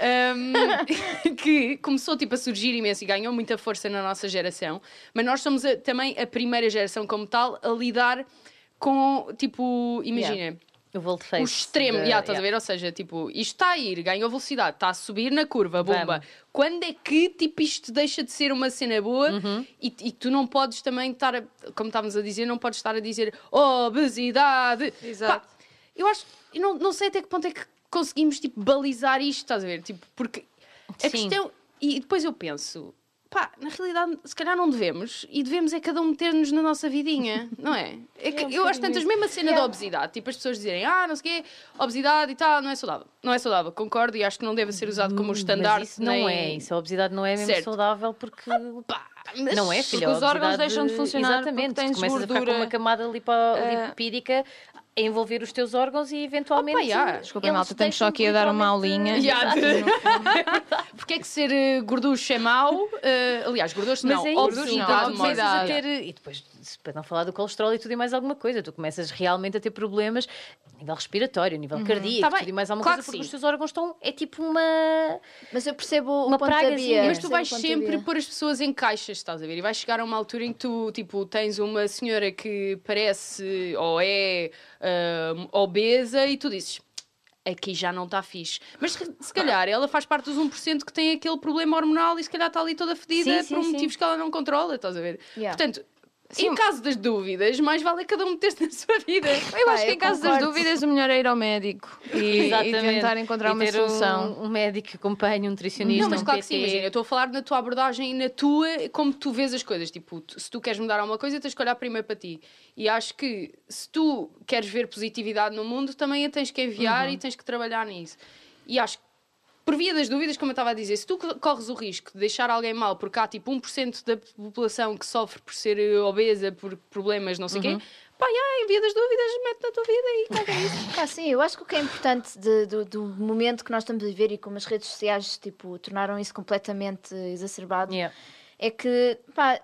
Um, que começou tipo, a surgir imenso e ganhou muita força na nossa geração, mas nós somos a- também a primeira geração como tal a lidar com, tipo, imagina
O Volt Face.
o extremo,
de-
já, estás a ver? Ou seja, tipo, isto está a ir, ganhou velocidade, está a subir na curva, bomba.
Vamos.
Quando é que, tipo, isto deixa de ser uma cena boa
Uhum.
e, e tu não podes também estar, a, como estávamos a dizer, não podes estar a dizer obesidade.
Exato.
Pá, eu acho, eu não, não sei até que ponto é que conseguimos tipo, balizar isto, estás a ver? Tipo, porque a
Sim.
questão. E depois eu penso, pá, na realidade, se calhar não devemos, e devemos é cada um meter-nos na nossa vidinha, não é? É
um
que eu acho tantas, mesmo a cena da obesidade, tipo as pessoas dizerem, ah, não sei o quê, obesidade e tal, não é saudável. Não é saudável, concordo, e acho que não deve ser usado como o
Mas
estandarte.
isso não
nem-
é, isso a obesidade não é mesmo
Certo.
saudável porque
Pá, mas-
não é, filha. a
os órgãos
obesidade-
deixam de funcionar
Exatamente,
porque tens
começas a ficar
gordura.
com uma camada lipo-
Eh.
lipídica a envolver os teus órgãos e eventualmente.
Opa, já.
Desculpa,
eles
malta, estamos só
deixam
aqui a dar uma
literalmente-
aulinha.
Já, Porque é que ser eh, gorducho é mau? Eh, aliás, gorducho
Mas
não,
é
obesidade,
isso, tu
mórbida.
começas a ter. E depois, se- para não falar do colesterol e tudo e mais alguma coisa, tu começas realmente a ter problemas a nível respiratório, a nível cardíaco,
Tá bem,
tudo e mais alguma
claro
coisa,
que
porque
sim.
os teus órgãos estão. É tipo uma.
Mas eu percebo o
Uma
ponto da
praga, assim,
Bia.
sim,
Mas tu
Percebo
vais
o ponto da
sempre
Bia.
pôr as pessoas em caixas, estás a ver? E vais chegar a uma altura em que tu, tipo, tens uma senhora que parece ou é hum, obesa e tu dizes. Aqui já não está fixe. Mas se se calhar ela faz parte dos 1% que tem aquele problema hormonal e se calhar está ali toda fedida
Sim, sim,
por
sim.
motivos que ela não controla, estás a ver?
Yeah.
Portanto, em caso das dúvidas, mais vale é cada um meter-se na sua vida.
Eu
Pá,
acho que
eu
em caso das
concordo.
dúvidas o melhor é ir ao médico e, e tentar encontrar
E
uma
ter
solução.
Um, um médico que acompanhe, um nutricionista.
Não, mas
um
claro que
PT.
sim, imagina, eu estou a falar na tua abordagem e na tua, como tu vês as coisas. Tipo, tu- se tu queres mudar alguma coisa, tens que olhar primeiro para ti. E acho que se tu queres ver positividade no mundo, também a tens que enviar e tens que trabalhar nisso. E acho que, por via das dúvidas, como eu estava a dizer, se tu co- corres o risco de deixar alguém mal porque há tipo 1% da população que sofre por ser eh, obesa, por problemas, não sei o quê, pá, já, em via das dúvidas, mete na tua vida e caga nisso.
Ah, sim, eu acho que o que é importante de- do, do momento que nós estamos a viver e como as redes sociais tipo, tornaram isso completamente exacerbado
Yeah.
é que pá,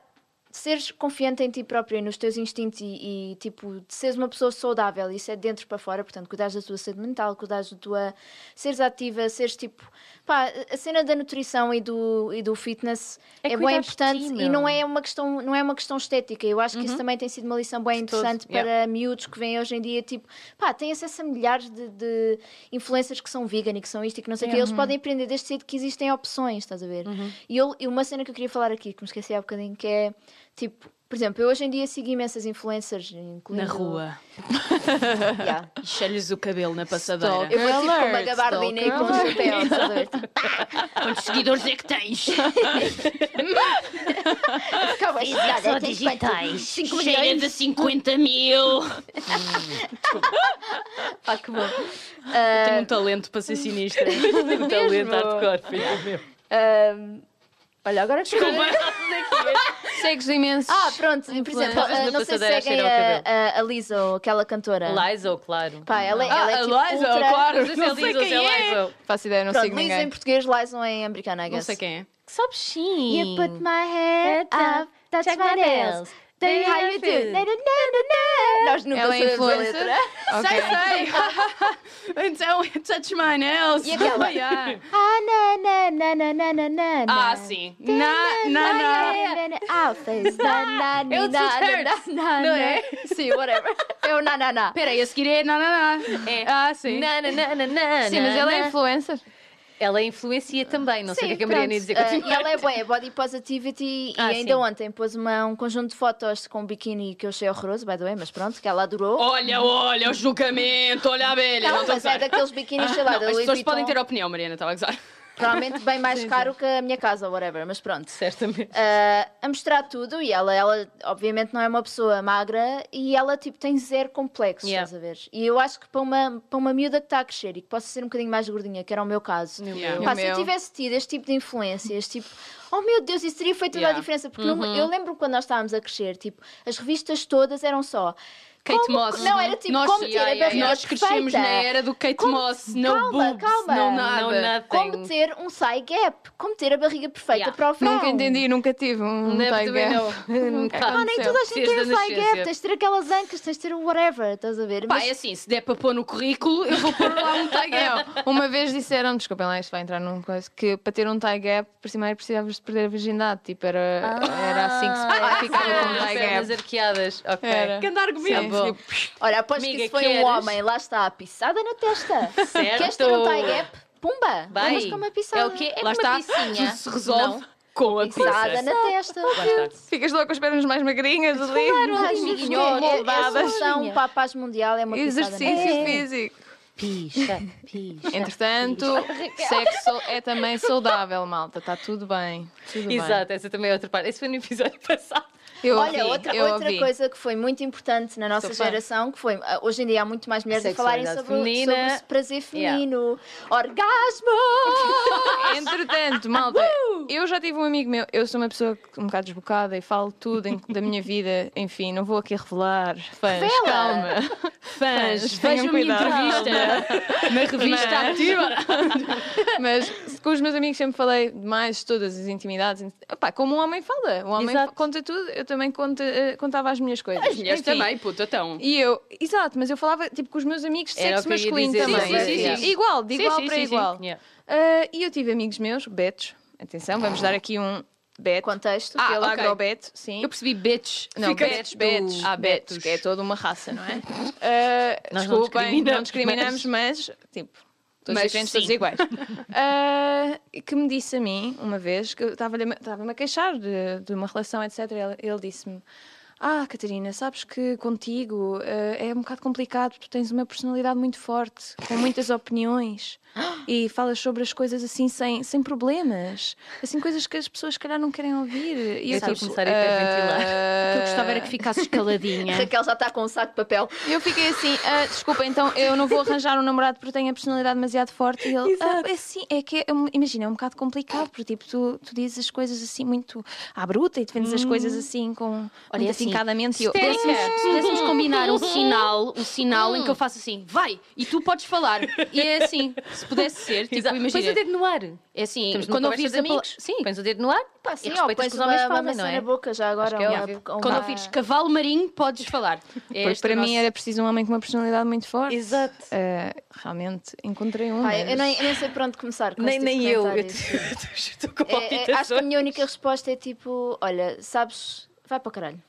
seres confiante em ti própria, e nos teus instintos e, e, tipo, de seres uma pessoa saudável, isso é de dentro para fora, portanto, cuidares da tua saúde mental, cuidares da tua. seres ativa, seres tipo. Pá, a cena da nutrição e do, e do fitness
É
é, bem
cuidares de
importante
ti,
e
meu.
não é, uma questão, não é uma questão estética. Eu acho que isso também tem sido uma lição bem
todo,
interessante para
yeah.
miúdos que vêm hoje em dia, tipo, pá, têm acesso a milhares de, de influencers que são vegan e que são isto e que não sei o quê. Eles podem aprender desde cedo que existem opções, estás a ver? E, eu- e uma cena que eu queria falar aqui, que me esqueci há bocadinho, que é, tipo, por exemplo, eu hoje em dia sigo imensas influencers,
Na
incluindo...
rua,
Yeah.
enche-lhes o cabelo na passadeira.
Eu vou tipo com uma
Alert,
gabardina e com um
stalker
chapéu, estás a ver? Tipo,
Quantos seguidores é que tens?
Calma,
Só
chegada, tens
digitais.
é
5 milhões.
de 50 mil.
Ah, que bom.
Tenho um talento para ser sinistra. Tenho um talento hardcore, filho meu.
Ahm, olha, agora que
Segues imensos.
Ah, pronto, por exemplo,
Influencers
ah,
na
não sei se
passadeira
seguem
cheiram ao
a, a, a Lizzo, aquela cantora.
Liza, claro.
Pá, ela, é- ela é tipo
Eliza,
ultra...
Ah, claro.
Mas esse é
Não sei
Liza,
quem
esse
é.
é Liza.
Faço ideia, não
Pronto,
sigo
Lizzo
ninguém.
em português, Lizzo em americano, I
Não
guess.
sei quem é.
Que sabes sim.
You put my head
Ah,
up, touch
Check
my
my
nails. They how you do. Na, na, na, na.
Nós nunca
Ela é
sabemos a
influencer?
letra.
Ok.
Sei, sei. então, touch my nails.
E aquela? é
Ah, na, na, na, na, na, na, na.
Ah, sim. Na, na,
Na,
na.
na, na, na. Alphas. Na, na,
É
na,
o
na, na, na,
T-shirts,
na,
não
na.
é?
Sim, whatever. Eu na na na.
Espera aí, a seguir é na, na, na. É. Ah, sim.
Na, na, na, na, na,
Sim, mas
na,
ela é
na.
influencer.
Ela influencia também. Não sei o que é que a Mariana ia dizer.
Ah,
Continua.
e ela é boa, é body positivity
Ah,
e ainda
sim.
ontem pôs uma, um conjunto de fotos com um biquíni que eu achei horroroso, by the way, mas pronto, que ela adorou.
Olha, olha, o julgamento, olha a abelha.
não,
Não,
mas
estou a gozar.
é
Ah,
daqueles biquínis, sei lá, da
As
Louis
pessoas
Vuitton,
podem ter opinião, Mariana, estava a gozar.
provavelmente bem mais caro que a minha casa, whatever, mas pronto.
Certamente.
Ah, a mostrar tudo e ela, ela obviamente não é uma pessoa magra e ela tipo tem zero complexo,
Yeah.
estás a ver? E eu acho que para uma, para uma miúda que está a crescer e que possa ser um bocadinho mais gordinha, que era o meu caso,
Yeah.
Pá,
O
se eu
meu.
tivesse tido este tipo de influências, tipo, oh meu Deus, isso teria feito toda
Yeah. Uhum.
a diferença. Porque não- eu lembro quando nós estávamos a crescer, tipo, as revistas todas eram só.
Kate
como-
Moss.
Não, era tipo,
nós,
como ter
yeah,
a
yeah,
barriga
yeah. Nós crescemos
perfeita.
na era do Kate
Como-
Moss. Não
Calma,
boobs,
calma.
não nada.
Não,
Como
nothing.
ter um side gap, como ter a barriga perfeita
Yeah.
para o verão.
Nunca entendi, nunca tive um
é
Never do we
tiger.
know.
Nunca
Pá,
Ah, nem
aconteceu.
toda a gente
Seres
tem um
da
side
nascença.
gap, tens de ter aquelas ancas, tens de ter o whatever, estás a ver?
Pá,
Mas-
é assim, se der para pôr no currículo, eu vou pôr lá um tag.
Não, uma vez disseram, desculpem lá, isto vai entrar num coisa, que para ter um tie gap, primeiro precisavas de perder a virgindade. Tipo, era, era assim que
Ah,
se ficava com um tie
Pernas
gap.
arqueadas. Ok.
Era.
Que andar
Sim,
argumento.
bom.
Olha, aposto
Amiga,
que isso foi um
queres?
homem, lá está, a pisada na testa.
Certo.
Queres ter um tie gap? Pumba!
Vai.
Vamos com uma pisada.
É o quê? É
Lá
com
está.
uma piscinha.
Se resolve.
Não.
com a
Pisada
pizza.
na testa.
Ficas logo com as pernas mais magrinhas ali.
Às vezes
amiguinho,
é- é-
moldadas.
A solução para a paz mundial é uma pisada na
Exercício
testa.
físico.
Picha, picha.
Entretanto, sexo é também saudável, malta. Está tudo bem. Tudo bem.
Exato, essa também é outra parte. Esse foi no episódio passado.
Eu
Olha,
ouvi,
outra,
eu
outra
ouvi.
coisa que foi muito importante na nossa
Sou fã.
geração, que foi ah, hoje em dia há muito mais mulheres a falarem sobre,
Sexualidade
o-
feminina.
sobre o prazer
Yeah.
feminino. Orgasmo!
Entretanto, malta, eu já tive um amigo meu. Eu sou uma pessoa que um bocado desbocada e falo tudo em- da minha vida. Enfim, não vou aqui revelar. Fãs,
Revela!
calma.
Fãs,
Fãs,
vejam a
tenham
minha
cuidado.
entrevista
é?
na revista
Mas-
ativa.
Mas com os meus amigos sempre falei de mais de todas as intimidades. Epá, como um homem fala. O homem
Exato.
conta tudo, eu também conta, eh, contava as minhas coisas.
As mulheres
Enfim,
também, puta, então.
E eu, exato, mas eu falava tipo com os meus amigos de
Era
sexo
o que eu ia
masculino
dizer,
também.
sim, sim, sim, sim.
Igual, de
Sim,
igual
sim,
para
sim, sim.
igual.
Yeah.
Ah, e eu tive amigos meus, betos, atenção, vamos dar aqui um beto.
Contexto.
Ah,
ok.
okay. beto, sim.
Eu percebi bitch. Ah,
Não,
Fica-
betos,
tipo
betos.
do-
Há betos,
betos.
que é toda uma raça, não é? Ah,
Ah, Nós não
desculpem, não
discriminamos,
discriminamos, mas, tipo, todos
Mas
diferentes,
sim.
todos iguais. Ah, que me disse a mim, uma vez, que eu estava-lhe- estava-me a queixar de, de uma relação, etc. Ele, ele disse-me. Ah, Catarina, sabes que contigo ah, é um bocado complicado, tu tens uma personalidade muito forte, com muitas opiniões e falas sobre as coisas assim sem, sem problemas, assim coisas que as pessoas se calhar não querem ouvir. E
Eu tive de começar a hiperventilar.
ah,
eh, O que eu gostava era que ficasse escaladinha.
Raquel já está com um saco de papel.
eu fiquei assim, ah, desculpa, então eu não vou arranjar um namorado porque tenho a personalidade demasiado forte. E ele, ah, é assim, é que, é um- imagina, é um bocado complicado, porque tipo, tu, tu dizes as coisas assim muito à bruta e defendes as coisas
Uhum.
assim com
é
Olha,
muito
assim,
afincadamente. E eu,
Se pudéssemos, se pudéssemos combinar um sinal, um sinal em que eu faço assim, vai, e tu podes falar. E é assim, se pudesse ser, tipo,
Exato. Pões o
imagina.
dedo no ar.
É assim,
Estamos
quando
numa conversa
ouvires
de
a pala-
amigos.
Sim,
Pões o dedo no ar pá, e
Sim, ou
respeitas
pões
que os homens
uma, uma
falam,
maçã
não é?
na boca já agora.
que é
uma-
óbvio.
uma-
quando ouvires cavalo marinho, podes falar. É
Pois
este
para
o
mim
nosso-
era preciso um homem com uma personalidade muito forte.
Exato.
Ah, realmente encontrei um.
Pá, eu,
mas-
nem, eu nem sei por onde começar. com
Nem,
este
nem
tipo de
eu. Eu
comentários.
estou com
É, é, acho que a
palpitações.
minha única resposta é tipo: olha, sabes, vai para o caralho.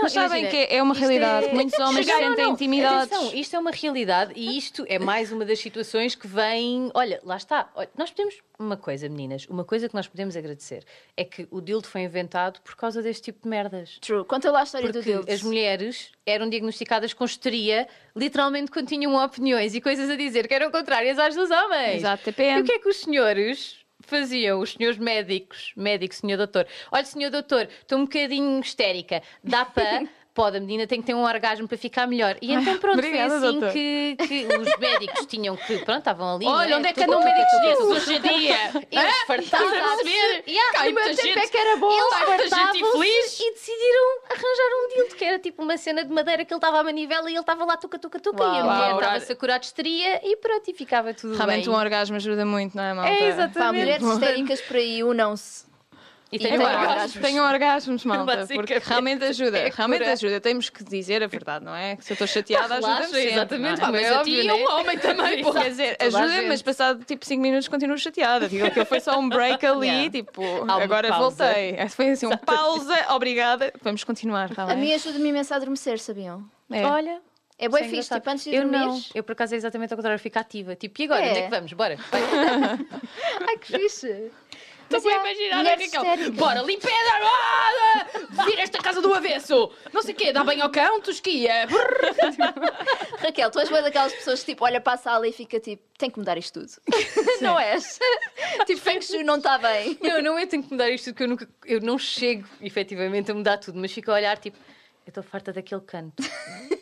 Mas sabem que é uma
Isto
realidade.
é-
Muitos homens
Chegar-
sentem
Não, não,
intimidados.
Atenção, isto é uma realidade e isto é mais uma das situações que vem. Olha, lá está. Olha, nós podemos. Uma coisa, meninas, uma coisa que nós podemos agradecer é que o dildo foi inventado por causa deste tipo de merdas.
True. Conta lá a história do
Porque
Dildo.
as mulheres eram diagnosticadas com histeria literalmente quando tinham opiniões e coisas a dizer que eram contrárias às dos homens.
Exato,
E
TPM.
o que é que os senhores faziam? Os senhores médicos, médico, senhor doutor. Olha, senhor doutor, estou um bocadinho histérica. Dá para. Pode, a menina tem que ter um orgasmo para ficar melhor. E então, pronto,
obrigada,
foi assim
doutor.
que, que os médicos tinham que. Pronto, estavam ali.
Olha,
não é?
onde é que
Tudo
andam
bem,
médicos
tudo bem.
desses hoje em dia?
Eles fartavam.
perceber?
Yeah,
Cá,
no
e
meu
muita
tempo
gente-
é que era bom.
Eles
Pá, muita
fartavam-se
infeliz. E decidiram arranjar um dildo, que era tipo uma cena de madeira que ele estava à manivela e ele estava lá tuca, tuca, tuca. e a
Uau.
mulher
Uau,
estava-se a curar de histeria e pronto, e ficava tudo
Realmente um
bem.
orgasmo ajuda muito, não é, malta?
É,
Pá,
exatamente.
mulheres histéricas por aí unam-se.
E
É
tem
tem um
um
orgasmo.
orgasmo.
Orgasmos. Tenham orgasmos, malta, porque
Basicamente.
realmente ajuda.
É
realmente
cura.
ajuda. Temos que dizer a verdade, não é? Se eu estou chateada, ajuda-me sempre.
exatamente.
não é?
Pá, Ah, mas
é
a ti
óbvio,
e
né?
um homem também, pô.
Quer dizer,
Toda a
ajuda,
gente.
mas passado tipo 5 minutos continuo chateada. Digo que foi só um break ali,
Yeah.
tipo,
uma
agora
pausa.
voltei. Foi assim, um pausa, obrigada. Vamos continuar,
é?
está
A
bem?
minha ajuda-me imenso a adormecer, sabiam?
É.
Olha.
É bem
isso
fixe,
engraçado.
tipo, antes de
Eu
dormir.
não. Eu, por acaso, é exatamente ao contrário. Eu fico ativa. Tipo, e agora?
É.
Onde é que vamos? Bora. Vai.
Ai, que fixe.
Estou a imaginar a
mulheres
Raquel.
histéricas.
é Bora, limpeza armada! Vira esta casa do avesso! Não sei o quê, dá bem ao cão, tosquia!
Raquel, tu és uma daquelas pessoas que tipo, olha para a sala e fica tipo, tem que mudar isto tudo. não és? tipo, Feng Shui não está bem.
Não, não eu tenho que mudar isto, porque eu, nunca, eu não chego efetivamente a mudar tudo, mas fico a olhar tipo, eu estou farta daquele canto.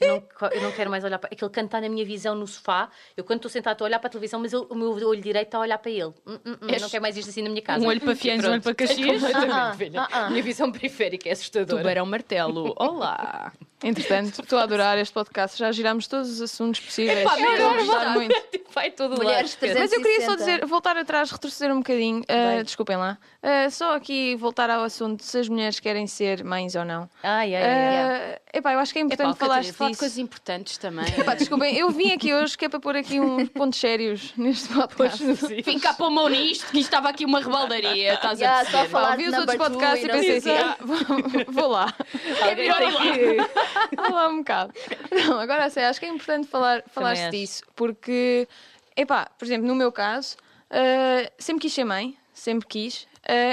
Eu não, co- eu não quero mais olhar para. Aquele canto está na minha visão no sofá. Eu, quando estou sentada, estou a olhar para a televisão, mas ele- o meu olho direito está a olhar para ele. Hum, hum, hum, eu não quero mais isto assim na minha casa.
Um olho para
E
Fianhos, um
pronto.
olho para Caxias.
É completamente,
Ah, ah,
velha.
ah, ah.
Minha visão periférica é assustadora.
Tubarão martelo, olá!
Entretanto, estou a adorar este podcast. Já girámos todos os assuntos possíveis.
Epá,
Estou a
mesmo,
gostar
verdade.
muito.
Vai todo
Mulheres
lado. Pedro.
Mas eu queria só
160.
dizer, voltar atrás, retroceder um bocadinho, uh, desculpem lá, Uh, só aqui voltar ao assunto se as mulheres querem ser mães ou não.
Ai, ai,
Uh,
ai.
epá, eu acho que é importante
Portanto,
falar
falaste
disso.
falar de coisas importantes também.
Epá, desculpem, eu vim aqui hoje que é para pôr aqui uns pontos sérios neste podcast.
Vim cá para o mão nisto, que isto estava aqui uma rebaldaria, estás
Yeah,
a
só
perceber?
falar
Pá, ouvi
de
os outros
number two
podcasts
e
e
não
pensei assim,
sei
ah, vou, vou lá,
Alguém tem que-
vou lá um bocado. Não, agora sei, acho que é importante falar, falar-se
acho.
disso, porque, ah, epá, por exemplo, no meu caso, uh, sempre quis ser mãe, sempre quis, uh,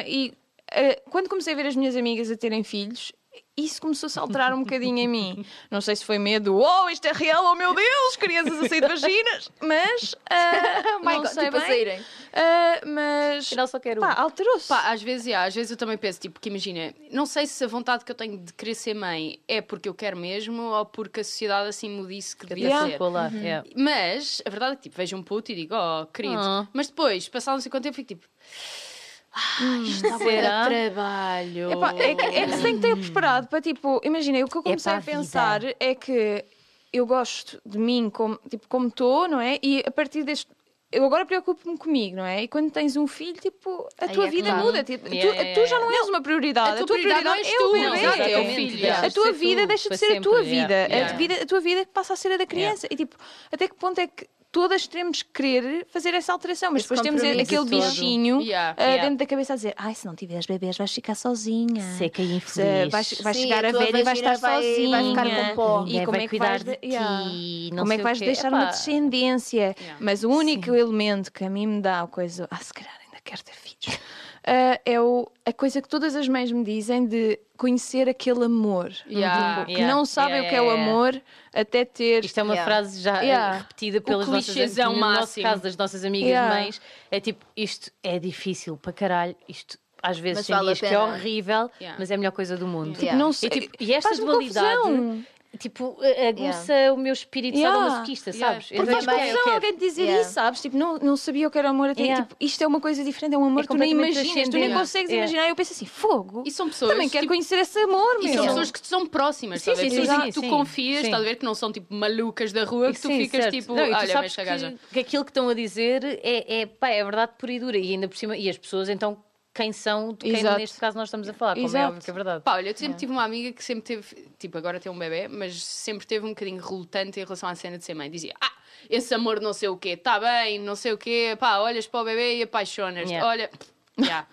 e eh, quando comecei a ver as minhas amigas a terem filhos, isso começou-se a alterar um bocadinho em mim. Não sei se foi medo, oh, isto é real, oh meu Deus, crianças a sair de vaginas, mas ah,
Oh my
não
God,
sei
tipo a
bem.
saírem.
Ah, mas
Afinal, só quero
pá, alterou-se.
Pá, às vezes, yeah, às vezes eu também penso, tipo, que imagina, não sei se a vontade que eu tenho de querer ser mãe é porque eu quero mesmo ou porque a sociedade assim me disse que devia
Yeah.
ser.
Colar,
Uhum.
yeah.
Mas a verdade é que tipo, vejo um puto e digo, oh, querido.
Ah.
Mas depois, passado não sei quanto tempo, fico tipo,
Será?
trabalho.
Epá, é, que, é que se tem que ter preparado para tipo, imagina, o que eu comecei
É para
a
a vida.
pensar é que eu gosto de mim como tipo como estou, não é? E a partir deste eu agora preocupo-me comigo, não é? E quando tens um filho, tipo, a tua
é
vida
claro.
muda. tipo, tu,
Yeah, yeah,
tu já
yeah.
não és uma prioridade. A tua, prioridade,
não és tu,
é o
não,
bebê.
exato, é o
Exatamente,
filho.
yeah.
A
Deixa
tua
de ser
vida
tu,
deixa de
para
ser a tua
sempre, yeah,
vida. A
yeah.
vida. A tua vida é passa a ser a da criança. E tipo, até que ponto é que todas teremos que querer fazer essa alteração? Mas
Esse
depois temos
compromisso
aquele
todo.
bichinho
Yeah,
ah,
yeah.
dentro da cabeça a dizer: ai, se não tiveres bebês, vais ficar sozinha.
Seca e
é
Se
infeliz.
vai, vai
Sim,
chegar
a
a
tua
velha e vai
vagina
estar
vai-
sozinha.
vai ficar com pó.
E
Ninguém
como
vai
é que
cuidar
vais
de
de-
ti,
Yeah.
não
Como
sei
é que
o
vais
quê.
deixar
Epá.
uma descendência?
Yeah.
Mas o único elemento que a mim me dá a coisa, ah, se calhar ainda quero ter filhos, ah, é o, a coisa que todas as mães me dizem de conhecer aquele amor. Tipo,
Yeah,
que
yeah,
não sabem
yeah,
o que é o
yeah, yeah.
amor até ter.
Isto é uma
Yeah.
frase já eh,
Yeah.
repetida pelas nossas
clichêzão
no nosso
máximo.
caso das nossas amigas
Yeah.
mães. É tipo, isto é difícil para caralho, isto às vezes
Mas
tem
vale a
dias que é
pena.
horrível,
Yeah.
mas é a melhor coisa do mundo.
Yeah.
Não
E,
sei-
tipo, e esta
faz-me
dualidade
confusão.
tipo, eh, aguça o meu espírito
Yeah.
sadomasoquista,
Yeah.
sabes?
Porque
Eu é
Mas
digo,
faz
ok, eu
confusão
quero.
alguém te dizer
Yeah.
isso, sabes? Tipo, não, não sabia o que era o amor até.
Yeah.
Tipo, isto é uma coisa diferente, é um
É
amor que tu nem
completamente
imaginas, tu nem
transcendente.
consegues
Yeah.
imaginar. Eu penso assim, fogo.
E são pessoas.
Também quero
tipo,
conhecer esse amor,
E
meu.
são pessoas que te são próximas,
Sim,
estás a ver?
sim,
pessoas
sim,
que tu
sim.
confias,
Sim.
estás a ver? Que não são tipo malucas da rua que tu
Sim,
ficas
certo.
tipo,
Não, e tu
olha, mas
sabes
esta gaja.
que, que aquilo que estão a dizer é, é, pá, é verdade pura e dura. E ainda por cima, e as pessoas então quem são de quem
Exato.
neste caso nós estamos a falar, como é
Exato.
óbvio que é verdade.
Pá, olha, eu sempre tive uma amiga que sempre teve, tipo, agora tem um bebê, mas sempre teve um bocadinho relutante em relação à cena de ser mãe. Dizia, ah, esse amor não sei o quê, está bem, não sei o quê, pá, olhas para o bebê e apaixonas-te.
Yeah.
Olha, yeah.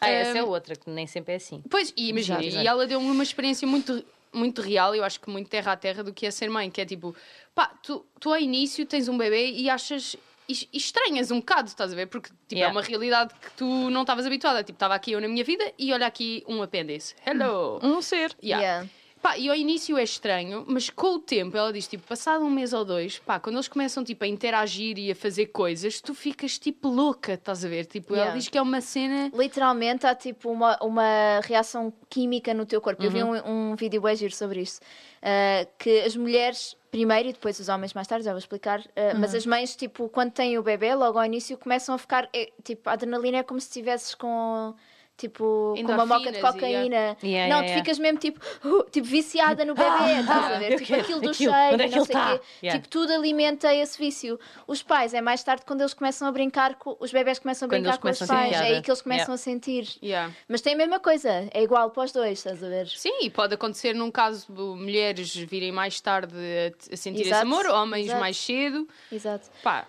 Ah, essa é
Um,
outra, que nem sempre é assim.
Pois, e imagina,
Exato, exato.
e ela deu-me uma experiência muito, muito real, eu acho que muito terra a terra do que é ser mãe, que é tipo, pá, tu, tu ao início tens um bebê e achas. E e estranhas um bocado, estás a ver? Porque tipo,
Yeah.
é uma realidade que tu não estavas habituada. Tipo, estava aqui eu na minha vida e olha aqui um apêndice.
Hum.
Hello!
Um ser.
Yeah.
Yeah.
Pá, e ao início é estranho, mas com o tempo, ela diz, tipo, passado um mês ou dois, pá, quando eles começam, tipo, a interagir e a fazer coisas, tu ficas, tipo, louca, estás a ver? Tipo, ela
Yeah.
diz que é uma cena...
Literalmente há tipo uma, uma reação química no teu corpo. Eu vi
Uhum.
um, um vídeo bué giro sobre isso. Ah, que as mulheres primeiro e depois os homens mais tarde, já vou explicar. ah,
Uhum.
Mas as mães, tipo, quando têm o bebê, logo ao início começam a ficar. é, tipo, a adrenalina é como se estivesses com. Tipo, com uma moca de
Endorfinas e,
cocaína.
yeah,
não,
yeah,
tu
yeah.
ficas mesmo tipo, uh, tipo viciada no bebê, estás a ver?
eu
Tipo,
quero
aquilo do
aquilo,
cheiro,
onde é que
não
ele
sei o
tá?
quê.
Yeah.
Tipo, tudo alimenta esse vício. Os pais, é mais tarde quando eles começam a brincar, com, os bebés começam a
Quando
brincar
eles
com os
começam a
pais,
sentir
é aí
piada.
que eles
Yeah.
começam a sentir.
Yeah.
Mas tem a mesma coisa, é igual para os dois, estás a ver?
Sim, e pode acontecer num caso de mulheres virem mais tarde a, a sentir esse
Exato,
amor, homens
exato.
mais cedo.
Exato.
Pá,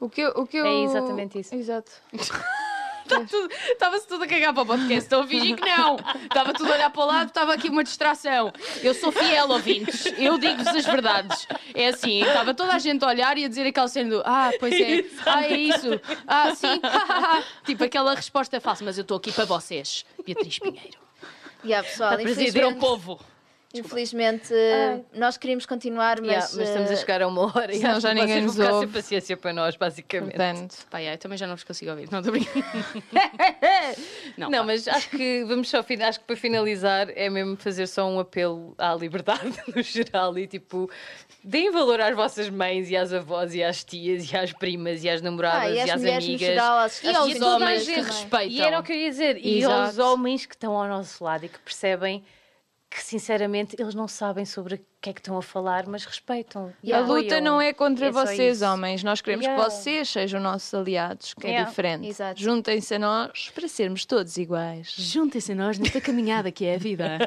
O que eu, o que eu...
É exatamente isso.
Exato.
tá tudo- estava-se tudo a cagar para o podcast, estou a fingir que não. Estava tudo a olhar para o lado, estava aqui uma distração. Eu sou fiel, ouvintes, eu digo-vos as verdades. É assim, estava toda a gente a olhar e a dizer aquela cena do Ah, pois é, ah, é isso, ah, sim, tipo aquela resposta fácil, mas eu estou aqui para vocês, Beatriz Pinheiro.
E yeah, pessoal,
Tá presídio
Para o
infelizmente,
povo.
infelizmente eh, nós queríamos continuar, mas,
Yeah, mas estamos a
eh,
chegar a uma hora e
senão
acho
já
que vocês
ninguém
vão
nos
ficar
ouve.
sem paciência para nós, basicamente.
Portanto.
Pá, yeah, eu também já não vos consigo ouvir, não estou brincando. Não,
Não,
pá.
mas acho que vamos só fin- acho que para finalizar é mesmo fazer só um apelo à liberdade no geral e tipo deem valor às vossas mães e às avós e às tias e às primas e às namoradas
ah, e
e,
as
às
mulheres no
amigas.
geral, as,
E aos
toda a
homens que
gente.
respeitam.
E era o que eu ia dizer. E
Exato.
aos homens que estão ao nosso lado e que percebem que, sinceramente, eles não sabem sobre o que é que estão a falar, mas respeitam. e
A
apoiam.
luta não é contra
É só
vocês,
isso.
homens. Nós queremos
Yeah.
que vocês sejam nossos aliados, que é
Yeah.
diferente.
Exato.
Juntem-se a nós para sermos todos iguais.
Juntem-se a nós nesta caminhada que é a vida.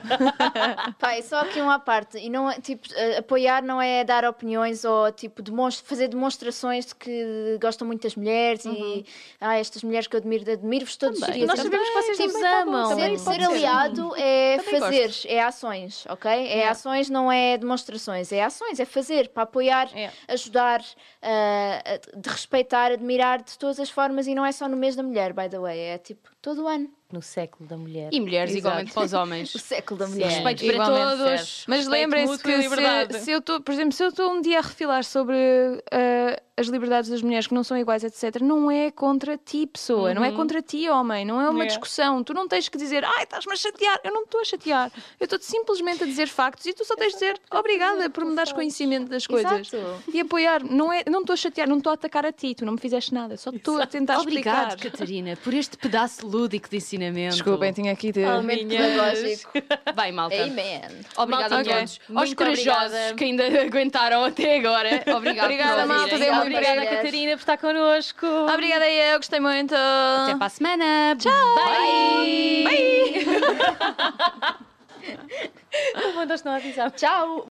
Pá, e só aqui um à parte. E não, é- tipo, eh, apoiar não é dar opiniões ou tipo, demonstra- fazer demonstrações de que gostam muito das mulheres e ah, estas mulheres que eu admiro, admiro-vos todos
Também.
os
Nós
dias.
sabemos que vocês
Tipo,
nos
ser-
amam.
também
ser,
pode ser.
aliado é
Também
fazer, é ações, ok? É ações, não é demonstrações, é ações, é fazer para apoiar,
Yeah.
ajudar, ah, a- de respeitar, admirar de todas as formas e não é só no mês da mulher, by the way, é tipo todo o ano.
no século da mulher.
E mulheres
Exato. É,
igualmente para os homens.
O século da
Sim.
mulher.
Respeito para
Igualmente,
todos.
certo.
Mas
Mas lembrem-se que se, se eu estou, por exemplo, se eu estou um dia a refilar sobre ah, as liberdades das mulheres que não são iguais, etc., não é contra ti, pessoa, não é contra ti, homem, não é uma
Yeah.
discussão. Tu não tens que dizer, ai, estás-me a chatear. Eu não me estou a chatear. Eu estou simplesmente a dizer factos e tu só tens de dizer obrigada por me dares conhecimento das coisas
Exato.
e apoiar. Não é- não estou a chatear, não estou a atacar a ti, tu não me fizeste nada, só estou a tentar
Tá Obrigado,
explicar.
Catarina, por este pedaço lúdico de ensinamento.
Desculpem, tinha aqui de.
Realmente pedagógico.
Bem, malta.
Amen.
Obrigada
Malta,
a
ok.
todos. Aos
Muito
corajosos
obrigada.
que ainda aguentaram até agora. Obrigada.
Obrigada,
por
malta,
ouvirem.
dei uma
Obrigada,
Obrigada.
Catarina, por estar connosco.
Obrigada, eu gostei muito.
Até para a semana. Tchau. Bye.
Não mandaste não avisar.
Tchau.